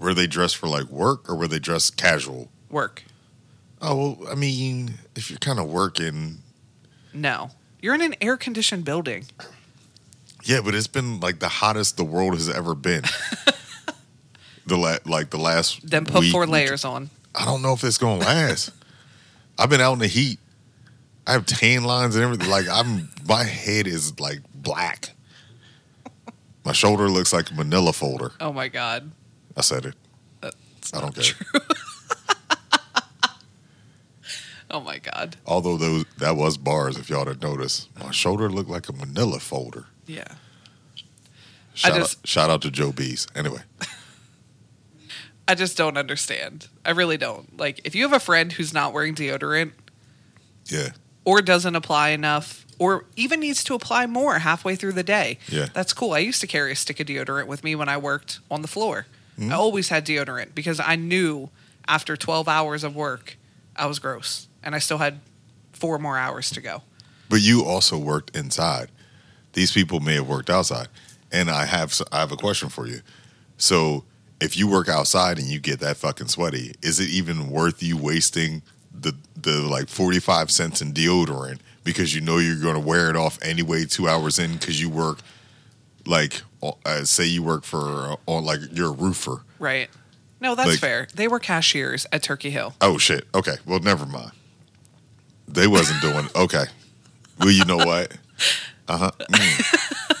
Were they dressed for like work or were they dressed casual? work. Oh, well, I mean, if you're kind of working, No. You're in an air conditioned building. yeah, but it's been like the hottest the world has ever <laughs> been. the la- like the last Then put week, four week- layers on. I don't know if it's gonna last. I've been out in the heat. I have tan lines and everything. Like I'm, my head is like black. My shoulder looks like a Manila folder. Oh my God. I said it. That's I don't not care. true. oh my God. Although those that was bars, if y'all didn't notice, my shoulder looked like a Manila folder. Yeah. Shout, just- out, shout out to Joe B's. Anyway, I just don't understand. I really don't. Like, if you have a friend who's not wearing deodorant, yeah, or doesn't apply enough or even needs to apply more halfway through the day. Yeah. That's cool. I used to carry a stick of deodorant with me when I worked on the floor. I always had deodorant because I knew after 12 hours of work, I was gross and I still had four more hours to go. but you also worked inside. These people may have worked outside, and I have s- I have a question for you. So, if you work outside and you get that fucking sweaty, is it even worth you wasting the the like forty five cents in deodorant because you know you're going to wear it off anyway two hours in because you work like o- uh, say you work for uh, on like you're a roofer. Right. No, that's Like- fair. They were cashiers at Turkey Hill. Oh shit. Okay. Well, never mind. They wasn't doing okay. Well, you know what? Uh huh.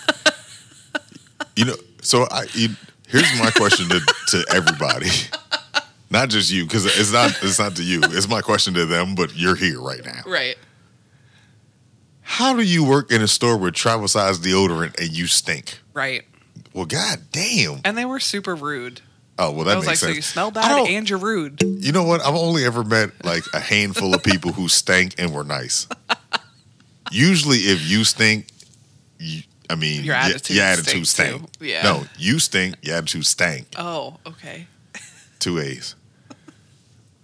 You know. So I. You, here's my question to to everybody. Not just you, because it's not it's not to you. It's my question to them, but you're here right now. Right. How do you work in a store with travel size deodorant and you stink? Right. Well, god damn. And they were super rude. Oh well, that I was makes like, sense. so you smell I bad don't- and you're rude. You know what? I've only ever met like a handful of people who stank and were nice. Usually, if you stink, you, I mean, Your y- attitude your stink, attitude stank. too. Yeah. No, you stink. Your attitude stank. Oh, okay. Two A's,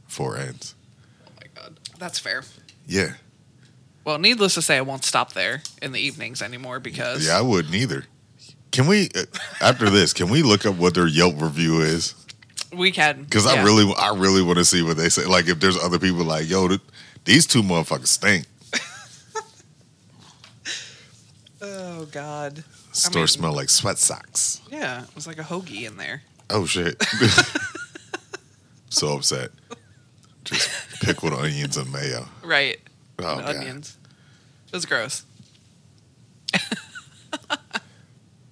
four N's. Oh my God. That's fair. Yeah, Well, needless to say, I won't stop there in the evenings anymore because yeah. I wouldn't either. Can we uh, after this? Can we look up what their Yelp review is? we can. Because I yeah. really, I really want to see what they say. Like, if there's other people like, yo, th- these two motherfuckers stink. Oh God. Store mean- smell like sweat socks. Yeah, it was like a hoagie in there. Oh shit. Oh, so upset. Just pickled onions and mayo. Right. Oh, The God. onions. It was gross.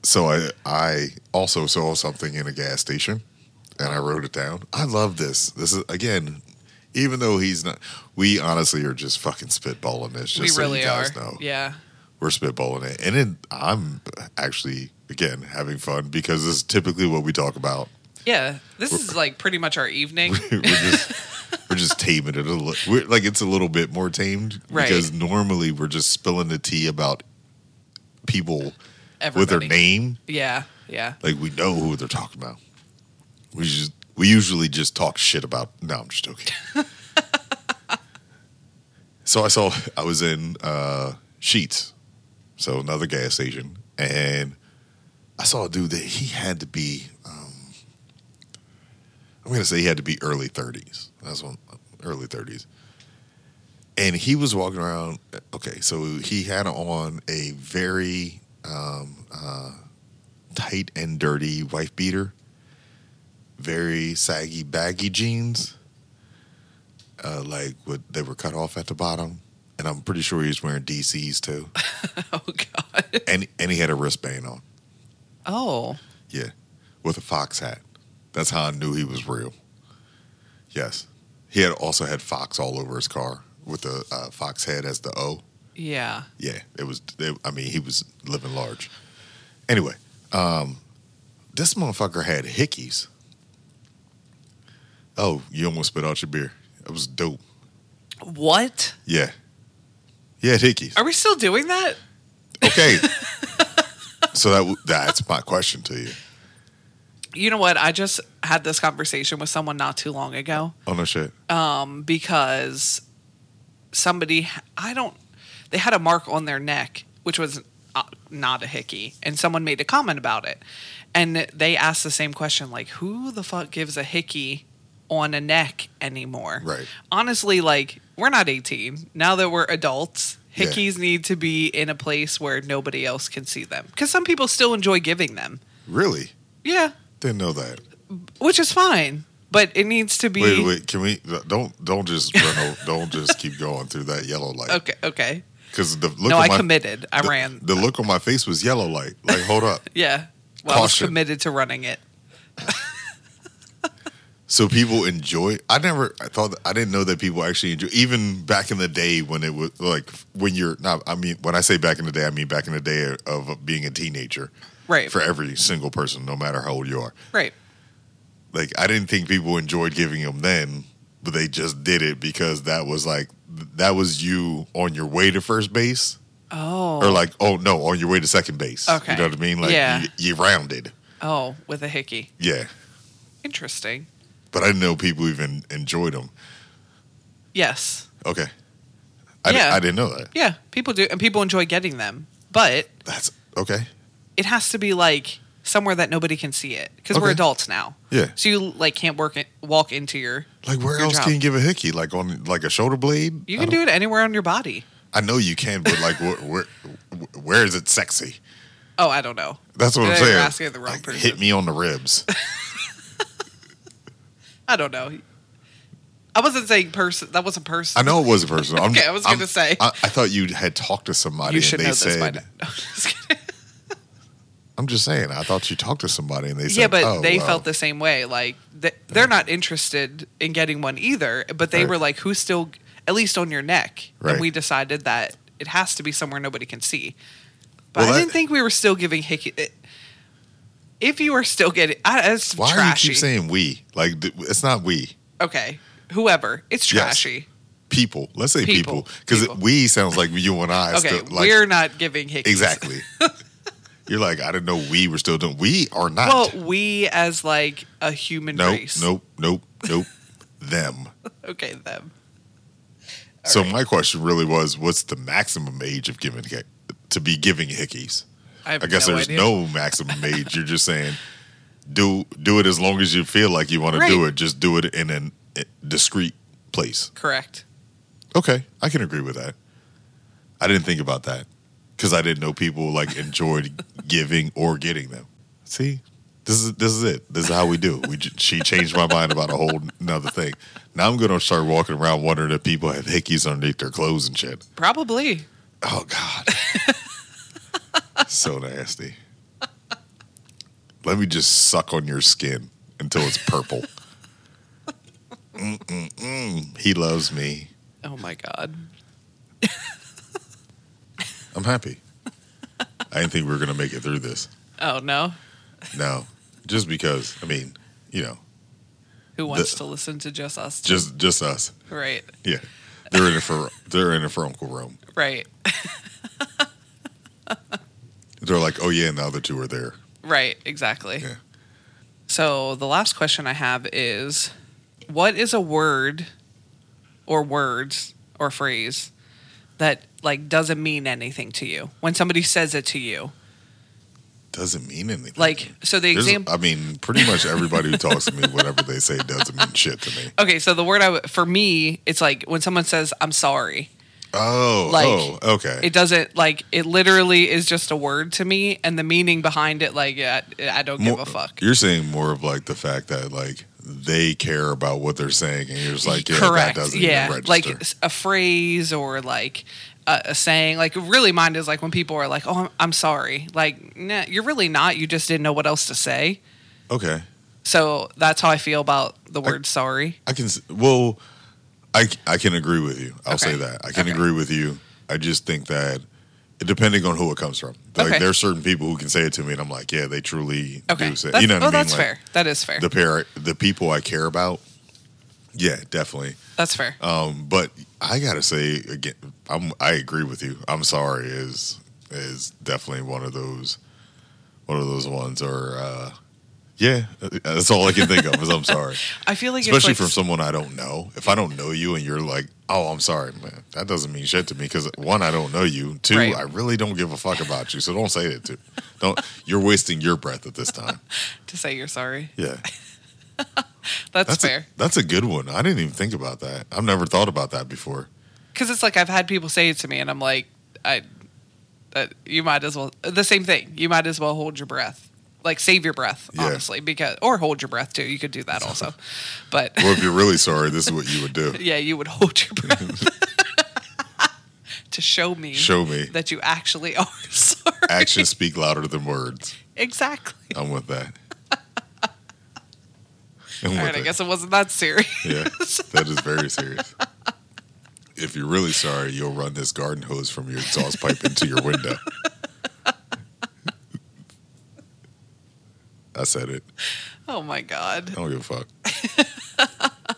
So I I also saw something in a gas station, and I wrote it down. I love this. This is again, even though he's not. We honestly are just fucking spitballing this. Just we so really you are. guys Know. Yeah. we're spitballing it, and it, I'm actually again having fun because this is typically what we talk about. Yeah. This is like pretty much our evening. <laughs> we're just we're just taming it a little. We're, like it's a little bit more tamed Right. because normally we're just spilling the tea about people with their Everybody. name. Yeah. Yeah. <laughs> Like we know who they're talking about. We just we usually just talk shit about. No, I'm just joking. so I saw I was in uh, Sheets, so another gas station, and I saw a dude that he had to be. Um, I'm gonna say he had to be early 30s. That's one early 30s. And he was walking around. Okay, so he had on a very um, uh, tight and dirty wife beater, very saggy, baggy jeans, uh, like what they were cut off at the bottom. And I'm pretty sure he was wearing DCs too. Oh God. and and he had a wristband on. Oh. Yeah, with a fox hat. That's how I knew he was real. Yes, he had also had fox all over his car with the uh, fox head as the O. Yeah. Yeah, it was. It, I mean, he was living large. Anyway, um, this motherfucker had hickeys. Oh, you almost spit out your beer. It was dope. What? Yeah, he had hickeys. Are we still doing that? <laughs> Okay, so that w- that's my question to you. You know what? I just had this conversation with someone not too long ago. Oh no shit. Uh, because somebody I don't they had a mark on their neck which was uh, not a hickey and someone made a comment about it and they asked the same question like who the fuck gives a hickey on a neck anymore Right. honestly like we're not 18 now that we're adults Yeah. hickeys need to be in a place where nobody else can see them because some people still enjoy giving them really? yeah Didn't know that. which is fine but it needs to be Wait, wait. Can we uh, don't don't just run over, don't just keep going through that yellow light? okay okay Because the look no on i my, committed i the- ran The look on my face was yellow light. Like, hold up. Yeah. Well, I was Caution. committed to running it. So people enjoy. I never I thought I didn't know that people actually enjoy. Even back in the day when it was like when you're not. I mean, when I say back in the day, I mean back in the day of being a teenager. Right. For every single person, no matter how old you are, Right. like I didn't think people enjoyed giving them then, but they just did it because that was like that was you on your way to first base. Oh. or like, oh no, on your way to second base. Okay. you know what I mean. Like, Yeah. you, you rounded. oh, with a hickey. Yeah, Interesting. but I didn't know people even enjoyed them. Yes. Okay, I, di- Yeah. I didn't know that. Yeah. People do, and people enjoy getting them, but That's okay. it has to be like somewhere that nobody can see it because we're Okay. adults now. Yeah. So you like can't work it, walk into your. Like, where Your else job. can you give a hickey? Like on like a shoulder blade? You I can don't- do it anywhere on your body. I know you can, but like, where where, where is it sexy? Oh, I don't know. That's what You're I'm saying. asking the wrong Like, person. Hit me on the ribs. I don't know. I wasn't saying person. That wasn't person. I know it was a <laughs> person. I'm, Okay, I was gonna I'm- say. I, I thought you had talked to somebody. You and should they know this said, by now. <laughs> No, I'm just kidding. I'm just saying. I thought you talked to somebody, and they said, yeah, but oh, they well, felt the same way. Like th- they're not interested in getting one either. But they Right. were like, "Who's still at least on your neck?" Right. And we decided that it has to be somewhere nobody can see. But Well, I that- didn't think we were still giving hickey. it- If you are still getting, I, it's Why trashy. do you keep saying we? Like, th- it's not we. okay, whoever, it's Yes. trashy. people. Let's say people, People. because People. we sounds like you and I. okay, still, like, we're not giving hickey. <laughs> exactly. You're like, I didn't know we were still doing. We are not. Well, we as like a human nope, race. nope, nope, nope. <laughs> them. Okay, them. so my question really was, what's the maximum age of giving hic- to be giving hickeys? I, have I guess no there's idea. no maximum age. You're just saying do do it as long as you feel like you want to do Right. it. Just do it in an- a discreet place. correct. Okay, I can agree with that. I didn't think about that because I didn't know people like enjoyed giving or getting them. See, This is this is it. This is how we do. We j- she changed my mind about a whole another thing. Now I'm gonna start walking around wondering if people have hickeys underneath their clothes and shit. Probably. Oh God. <laughs> so nasty. Let me just suck on your skin until it's purple. Mm-mm-mm. He loves me. Oh my god. I'm happy. I didn't think we were gonna make it through this. Oh no. No. Just because I mean, you know, Who wants to listen to just us? two? just just us. right. Yeah. They're in it for they're in it for Uncle Rome. Right. They're like, oh yeah, and the other two are there. Right. Exactly. Yeah. So the last question I have is what is a word or words or phrase that like doesn't mean anything to you when somebody says it to you? Doesn't mean anything. Like so the There's- example I mean, pretty much everybody who talks to me, whatever they say, doesn't mean shit to me. Okay, so the word I w- for me it's like when someone says I'm sorry. Oh, Like, oh, okay. It doesn't like it literally is just a word to me and the meaning behind it like yeah, I don't give More- a fuck. You're saying more of like the fact that like they care about what they're saying, and you're just like, yeah, correct that doesn't yeah even register. like s- a phrase or like a, a saying like really mine is like when people are like oh i'm, I'm sorry like nah, you're really not you just didn't know what else to say okay, so that's how i feel about the word sorry I can. s- Well, I I can agree with you. I'll Okay. say that I can Okay. agree with you. I just think that depending on who it comes from, like Okay. there are certain people who can say it to me, and I'm like, yeah, they truly okay do say. That's- you oh know what I mean? that's Like, fair that is fair The pair, the people I care about. Yeah, definitely. that's fair Um, but I gotta say again, I'm I agree with you. I'm sorry is is definitely one of those one of those ones. Or uh, yeah, uh, that's all I can think of is I'm <laughs> sorry, i feel like especially it's from like, someone I don't know. If I don't know you and you're like, oh, I'm sorry, man, that doesn't mean shit to me because one, I don't know you. Two, Right. I really don't give a fuck about you, so don't say it to. <laughs> Don't. You're wasting your breath at this <laughs> time. to say you're sorry Yeah. that's, That's fair a, that's a good one. I didn't even think about that. I've never thought about that before. because it's like I've had people say it to me, and I'm like, I, uh, you might as well the same thing. You might as well hold your breath, like save your breath, Yeah. honestly, because or hold your breath too. You could do that <laughs> also, but Well, if you're really sorry, this is what you would do. <laughs> yeah, you would hold your breath <laughs> to show me, Show me. <laughs> that you actually are <laughs> sorry. Actions speak louder than words. exactly. I'm with that. I'm All right, I it. guess it wasn't that serious. <laughs> Yeah, that is very serious. If you're really sorry, you'll run this garden hose from your exhaust pipe into your window. I said it. Oh my god. I don't give a fuck.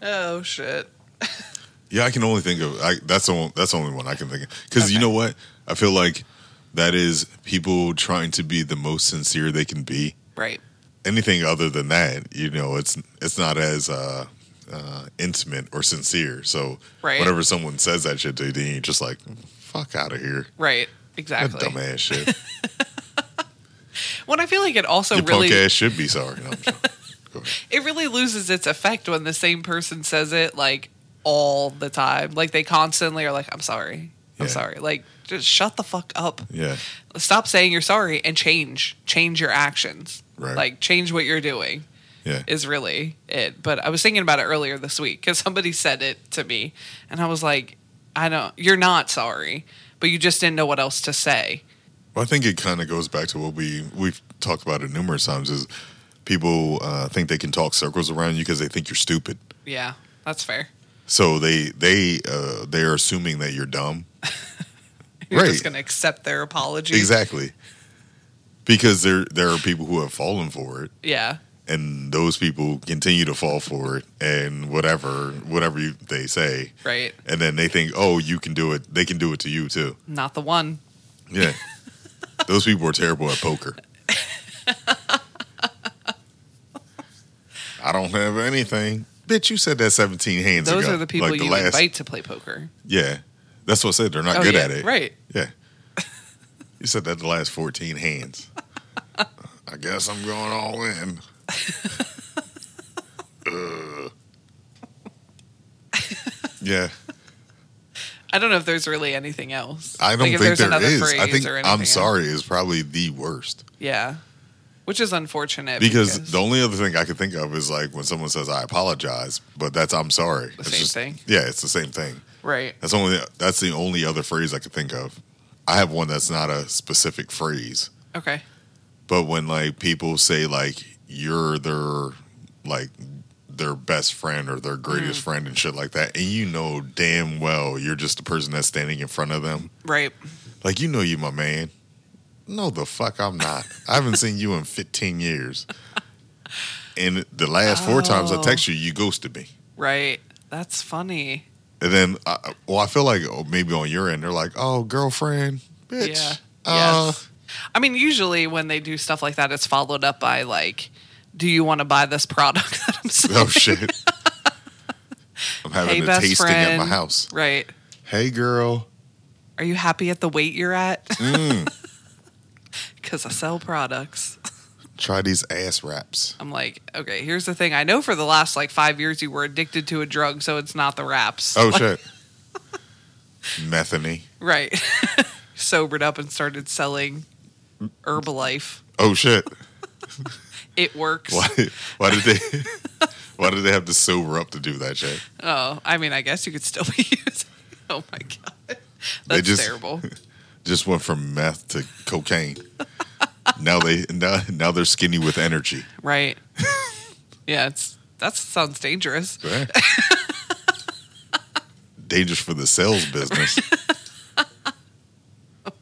Oh shit. Yeah, I can only think of I, that's the one, that's the only one I can think of because you know what I feel like that is people trying to be the most sincere they can be. Right. Anything other than that, you know, it's it's not as uh, uh, intimate or sincere. So Right. whenever someone says that shit to you, then you're just like, "Fuck out of here, Right. that Exactly. <laughs> dumbass shit. When I feel like it also Your really punk ass should be sorry." No, I'm joking. Go ahead. it really loses its effect when the same person says it like all the time. Like they constantly are like, I'm sorry. I'm Yeah. sorry. Like just shut the fuck up. yeah, Stop saying you're sorry and change. Change your actions. Right. Like change what you're doing yeah. is really it. But I was thinking about it earlier this week because somebody said it to me and I was like, I don't you're not sorry, but you just didn't know what else to say. Well, I think it kind of goes back to what we we've talked about it numerous times is people uh, think they can talk circles around you because they think you're stupid. Yeah, that's fair. So they they uh, they are assuming that you're dumb. <laughs> You're Right. just gonna accept their apology. Exactly. Because there there are people who have fallen for it, Yeah. and those people continue to fall for it, and whatever whatever you, they say, Right. and then they think, oh, you can do it. They can do it to you too. Not the one. <laughs> Yeah. Those people are terrible at poker. I don't have anything. Bitch, you said that 17 hands Those ago. are the people Like you invite to play poker. Oh, Yeah. That's what I said. They're not good yeah, at it. Right. Yeah. <laughs> You said that the last 14 hands. I guess I'm going all in. <laughs> Uh. Yeah. I don't know if there's really anything else. I don't Like, if think there's there another is. phrase I think or I'm anything sorry is probably the worst else. Yeah, which is unfortunate because the only other thing I could think of is like when someone says I apologize, but that's I'm sorry. The It's same thing? Yeah, it's the same thing. right. That's only that's the only other phrase I could think of. I have one that's not a specific phrase, Okay. but when like people say like you're their like their best friend or their greatest Mm. friend and shit like that, and you know damn well you're just the person that's standing in front of them. Right. Like you know you my man. No the fuck I'm not. I haven't seen you in 15 years. And the last four times Oh. I text you, you ghosted me. Right. That's funny. And then, I, well, I feel like oh, maybe on your end they're like, "Oh, girlfriend, bitch." Yeah. Uh, yes. I mean, usually when they do stuff like that, it's followed up by like, "Do you want to buy this product that I'm selling?" <laughs> <laughs> Oh shit. I'm having Hey, a best tasting at my friend. house. Right. Hey, girl. Are you happy at the weight you're at? Mm. <laughs> Because I sell products. Try these ass wraps. I'm like, okay, here's the thing. I know for the last like five years you were addicted to a drug, so it's not the wraps. Oh shit. Methany. Right. <laughs> Sobered up and started selling Herbalife. <laughs> Oh shit. It works. Why? Why did they? Why did they have to sober up to do that shit? Oh, I mean, I guess you could still <laughs> be using. Oh my god, They that's just- <laughs> terrible. Just went from meth to cocaine. now they now, now they're skinny with energy. Right? yeah, it's that sounds dangerous. Yeah. Dangerous for <laughs> the sales business. Oh,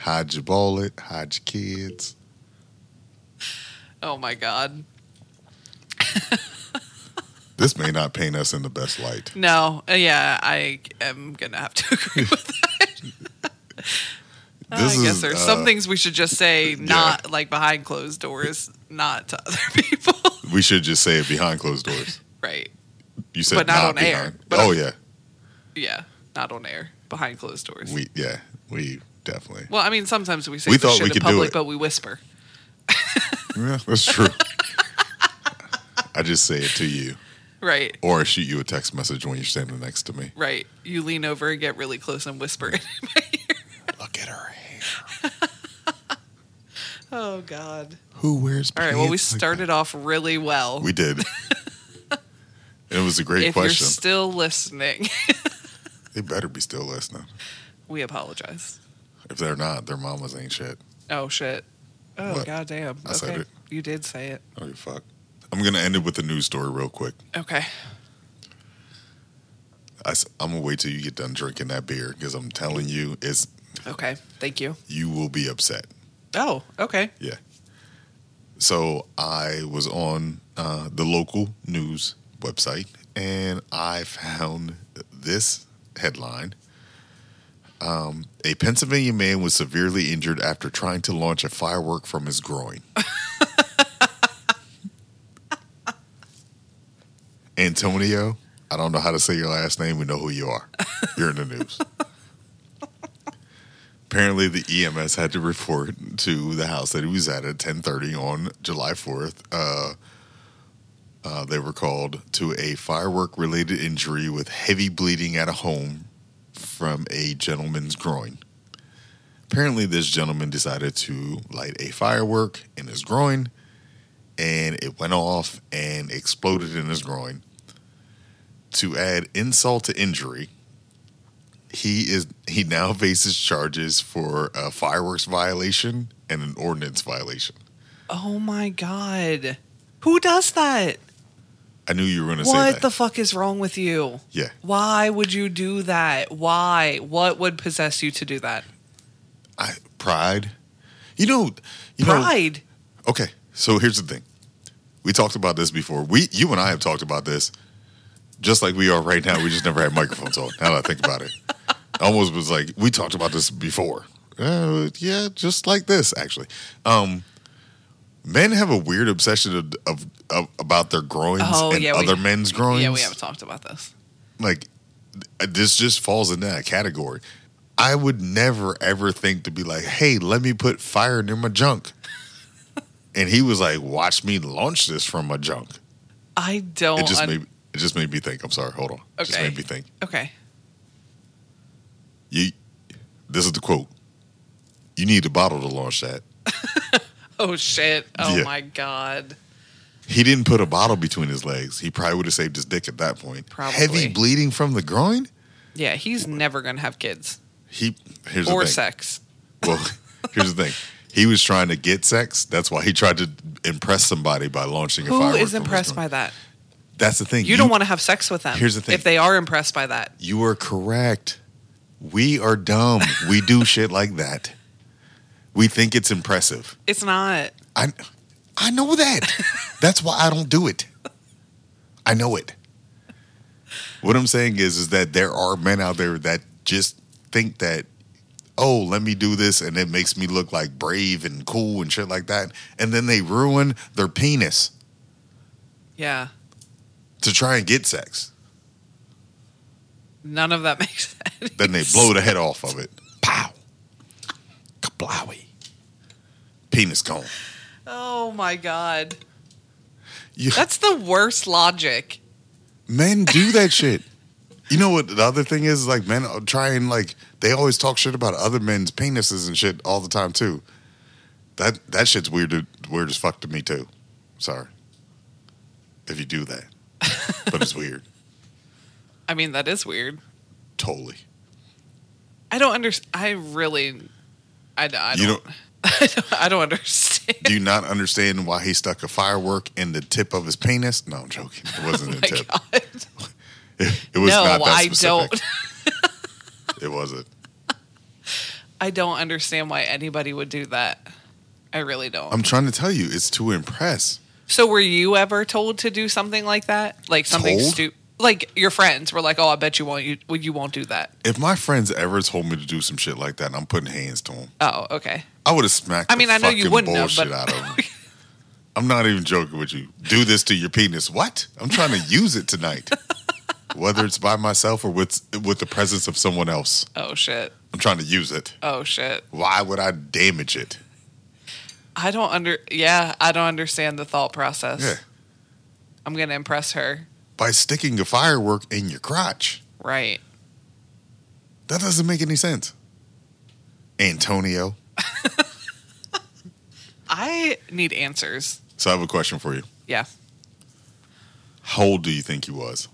Hide your wallet, hide your kids. Oh my god. This may not paint us in the best light. No, uh, yeah, I am gonna have to <laughs> agree with that. This I guess is, there's uh, some things we should just say, not like behind closed doors, not to other <laughs> people. We should just say it behind closed doors. right? You said But not on air. behind. But- oh yeah, Yeah, not on air, behind closed doors. we yeah we definitely. well, I mean, sometimes we say We we thought shit we in could do public, it. but we whisper. Yeah, <laughs> that's true. I just say it to you, Right, or I shoot you a text message when you're standing next to me. right. You lean over and get really close and whisper. <laughs> it in my ear. Look at her hair. <laughs> oh God. Who wears? All right. Well, we pants like that? started off really well. We did. it was a great if question. you're still listening, <laughs> they better be still listening. we apologize. If they're not, their mamas ain't shit. Oh shit. Oh What? goddamn. I okay. said it. You did say it. Oh, you fuck. I'm gonna end it with a news story real quick. Okay. I, am gonna wait till you get done drinking that beer because I'm telling you, it's Okay. Thank you. you will be upset. Oh, okay. Yeah. So I was on uh, the local news website and I found this headline. Um, a Pennsylvania man was severely injured after trying to launch a firework from his groin. Antonio, I don't know how to say your last name. We know who you are. You're in the news. Apparently, the EMS had to report to the house that he was at at 10:30 on July 4th. Uh, uh, they were called to a firework-related injury with heavy bleeding at a home from a gentleman's groin. Apparently, this gentleman decided to light a firework in his groin, and it went off and exploded in his groin. To add insult to injury, he is he now faces charges for a fireworks violation and an ordinance violation. Oh my god. Who does that? I knew you were going to say What that. the fuck is wrong with you? yeah, Why would you do that? Why? What would possess you to do that? I, pride. You know, you Pride. know. Okay, so here's the thing. We talked about this before. We, you and I have talked about this, just like we are right now. We just never had microphones on. Now that I think about it, I almost was like, we talked about this before. Uh, yeah, just like this actually. Um, men have a weird obsession of, of, of about their groins Oh, and yeah, we- other men's groins. Yeah, we haven't talked about this. like th- this just falls in that category. I would never ever think to be like, hey, let me put fire near <laughs> my junk. and he was like, watch me launch this from my junk. I don't. It just un- made it just made me think. I'm sorry, hold on. It just Oh, Okay. made me think. okay. You, this is the quote. You need a bottle to launch that. Oh shit. Oh Yeah. my god. He didn't put a bottle between his legs. He probably would have saved his dick at that point. Probably. Heavy bleeding from the groin. Yeah, he's never gonna have kids He here's or the thing. sex. Well, <laughs> here's the thing. He was trying to get sex. That's why he tried to impress somebody by launching a Who firework. is impressed by that? That's the thing. You, don't want to have sex with them. Here's the thing. If they are impressed by that, You are correct. We are dumb. we do shit like that. We think it's impressive. it's not. I I know that. That's why I don't do it. I know it. What I'm saying is is that there are men out there that just think that oh, let me do this and it makes me look like brave and cool and shit like that and then they ruin their penis Yeah. to try and get sex. None of that <laughs> makes sense. Then they blow the head off of it. Pow. Kablowie. Penis gone. Oh my god. You- That's the worst logic. men do that shit. You know what the other thing is? Like men try and like they always talk shit about other men's penises and shit all the time too. That that shit's weird, to, weird as fuck to me too. Sorry if you do that, but it's weird. I mean, that is weird. Totally. I don't understand. I really, I, d- <laughs> I You don't, <laughs> I don't. I don't understand. Do you not understand why he stuck a firework in the tip of his penis? No, I'm joking. <laughs> It wasn't in the Oh My tip. God. It, it was not No, that I specific. don't. It wasn't. I don't understand why anybody would do that. I really don't. I'm trying to tell you, it's to impress. so, were you ever told to do something like that? Like something Told? stupid? Like your friends were like, "Oh, I bet you won't. You well, you won't do that." If my friends ever told me to do some shit like that, I'm putting hands to them. Oh, okay. I would have smacked. I mean, the I know you fucking wouldn't have, bullshit but out <laughs> of him. I'm not even joking with you. Do this to your penis. What? I'm trying to use it tonight, whether it's by myself or with with the presence of someone else. oh shit. I'm trying to use it. Oh shit. Why would I damage it? I don't under. Yeah, I don't understand the thought process. Yeah, I'm gonna impress her, by sticking a firework in your crotch. right? That doesn't make any sense, Antonio. I need answers. So I have a question for you. Yeah. How old do you think he was,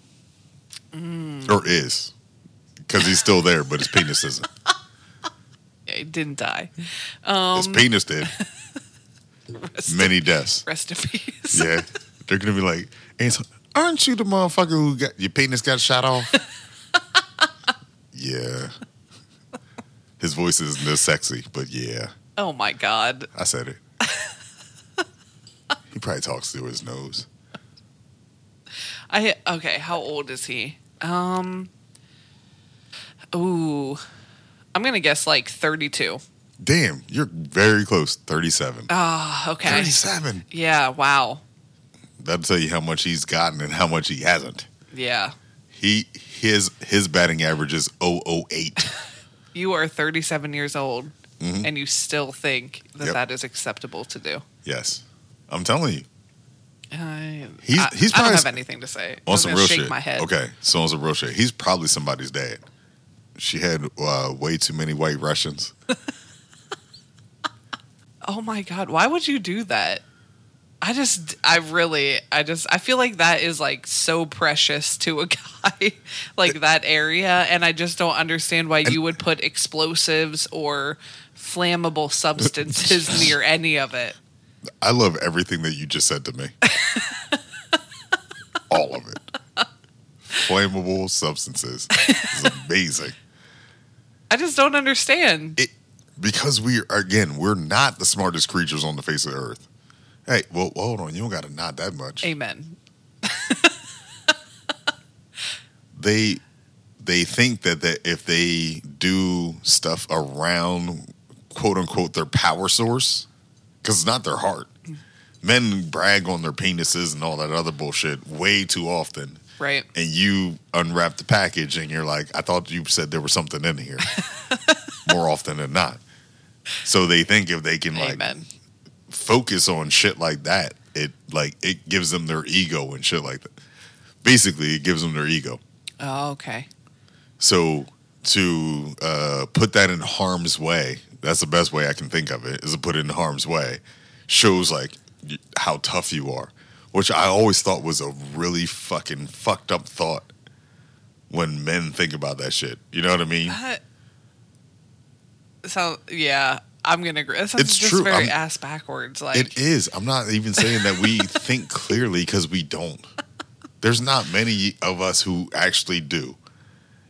Mm. or is? Because he's still there, but his penis isn't. It didn't die. Um, His penis did. Many deaths. Rest in <laughs> peace. Yeah. They're gonna be like, "Anton, aren't you the motherfucker who got your penis got <laughs> shot off? yeah. His voice isn't this sexy, but yeah, Oh my god. I said it. he probably talks through his nose. I okay, how old is he? Um Ooh. I'm gonna guess like thirty two. Damn, you're very close. Thirty-seven. Ah, Okay. Thirty-seven. Yeah, wow. That'll tell you how much he's gotten and how much he hasn't. Yeah. He his his batting average is 008. You are thirty seven years old and you still think that Mm-hmm. Yep. that is acceptable to do. yes, I'm telling you. I, He's- I- I don't he's probably- have anything to say. I'm on some gonna real shake shit. my head. Okay, so on some real shit, he's probably somebody's dad. She had uh, way too many white Russians. Oh my god, why would you do that? I just I really I just I feel like that is like so precious to a <laughs> guy like that area and I just don't understand why you would put explosives or flammable substances <laughs> near any of it. I love everything that you just said <laughs> to me. All of it. Flammable substances. It's amazing. I just don't understand. It because we are again, we're not the smartest creatures on the face of the earth. Hey, well, hold on, you don't gotta nod that much. Amen. they they think that, that if they do stuff around quote unquote their power source because it's not their heart men brag on their penises and all that other bullshit way too often Right. and you unwrap the package and you're like i thought you said there was something in here more often than not so they think if they can like Amen. focus on shit like that, it like it gives them their ego and shit like that. Basically, it gives them their ego. Oh, okay. So to uh, put that in harm's way. That's the best way I can think of it is to put it in harm's way. Shows like y- how tough you are, which I always thought was a really fucking fucked up thought when men think about that shit. You know what I mean? That sounds yeah. I'm gonna agree. That sounds It's just true, very I'm- ass backwards. Like <laughs> It is. I'm not even saying that we think clearly because we don't. There's not many of us who actually do.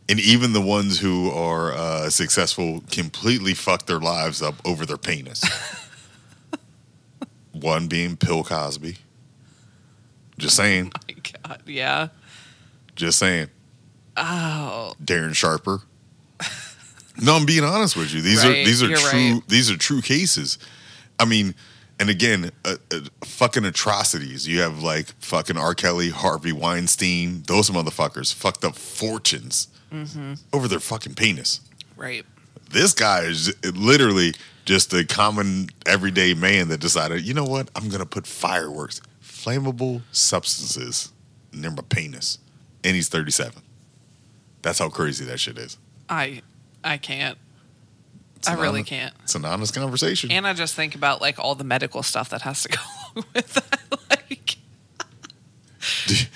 And even the ones who are uh, successful completely fuck their lives up over their penis. One being Bill Cosby. Just saying. my God, yeah. Just saying. Oh, Darren Sharper. No, I'm being honest with you. These are Right, these are you're true right. these are true cases. I mean, and again, uh, uh, fucking atrocities. You have like fucking R. Kelly, Harvey Weinstein. Those motherfuckers fucked up fortunes Mm-hmm. over their fucking penis. right. This guy is literally just a common everyday man that decided, you know what? I'm gonna put fireworks, flammable substances near my penis, and he's 37. That's how crazy that shit is. I I can't. It's I an really honest- can't. It's an honest conversation. <laughs> And I just think about like all the medical stuff that has to <laughs> go along with that. Like,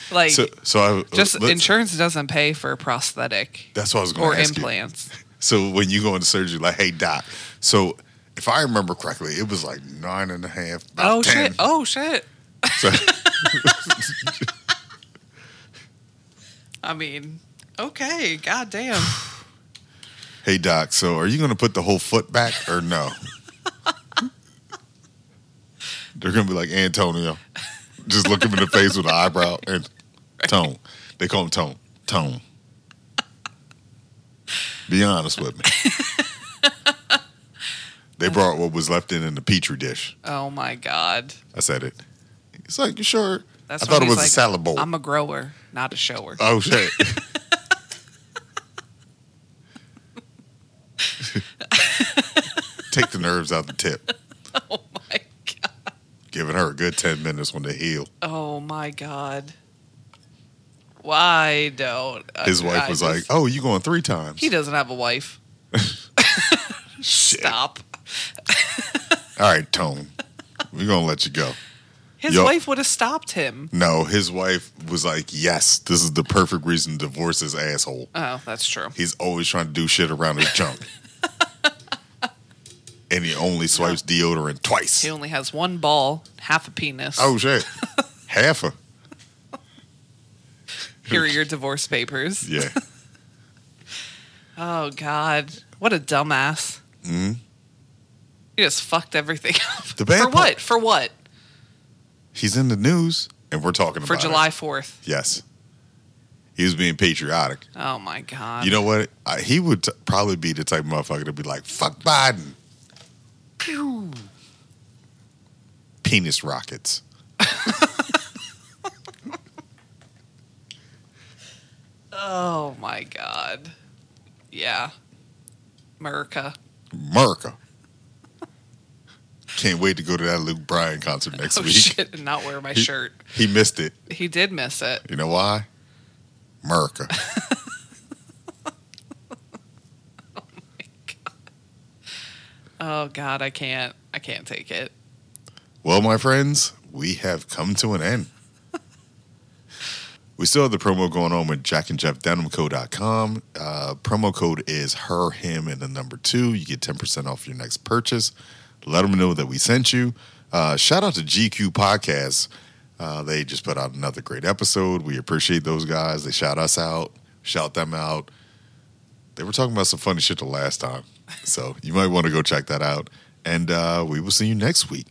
like so, so I just let's- insurance doesn't pay for prosthetic That's what I was going or to ask you. implants. So when you go into surgery, like, hey doc. So if I remember correctly, it was like nine and a half. About Oh 10. shit! Oh shit! So- <laughs> I mean, okay. God <sighs> damn. hey doc. So are you going to put the whole foot back or no? They're going to be like Antonio. Just look him in the face with an eyebrow and tone. They call him tone. Tone. Be honest with me. they brought what was left in in the petri dish. Oh my god. I said it. It's like, you sure? That's I thought when it was he's a like, salad bowl. I'm a grower, not a shower. <laughs> oh, shit. Take the nerves out the tip. oh my god. Giving her a good 10 minutes when they heal. Oh my god. Why don't His wife I was like, just- oh, you going three times. He doesn't have a <laughs> wife. <laughs> Shit. Stop. All right, Tone. We're going to let you go. His Yo. wife would have stopped him. No, his wife was like, yes, this is the perfect reason to divorce this asshole. Oh, that's true. He's always trying to do shit around his junk. and he only swipes deodorant twice. He only has one ball, half a penis. Oh shit. Half a Here are your divorce papers. yeah. Oh god. What a dumbass. Mm-hmm. He just fucked everything <laughs> up. Hmm? The bad For part- what? For what? He's in the news and we're talking For about it. July 4th. Yes. He was being patriotic. Oh my god. You know what? I, he would t- probably be the type of motherfucker to be like, "Fuck Biden." Pew. Penis rockets. Oh my god. Yeah. America. America. <laughs> Can't wait to go to that Luke Bryan concert next Oh week. shit, and not wear my shirt. He missed it. He did miss it. You know why? America. Oh god, I can't. I can't take it. Well, my friends, we have come to an end. we still have the promo going on with Jack and Jeff JackandJeffDenimCo.com. Uh, promo code is her, him, and the number two. You get 10% off your next purchase. Let them know that we sent you. Uh, shout out to GQ Podcasts. Uh, they just put out another great episode. We appreciate those guys. They shout us out, shout them out. They were talking about some funny shit the last time. So you might want to go check that out. And uh, we will see you next week.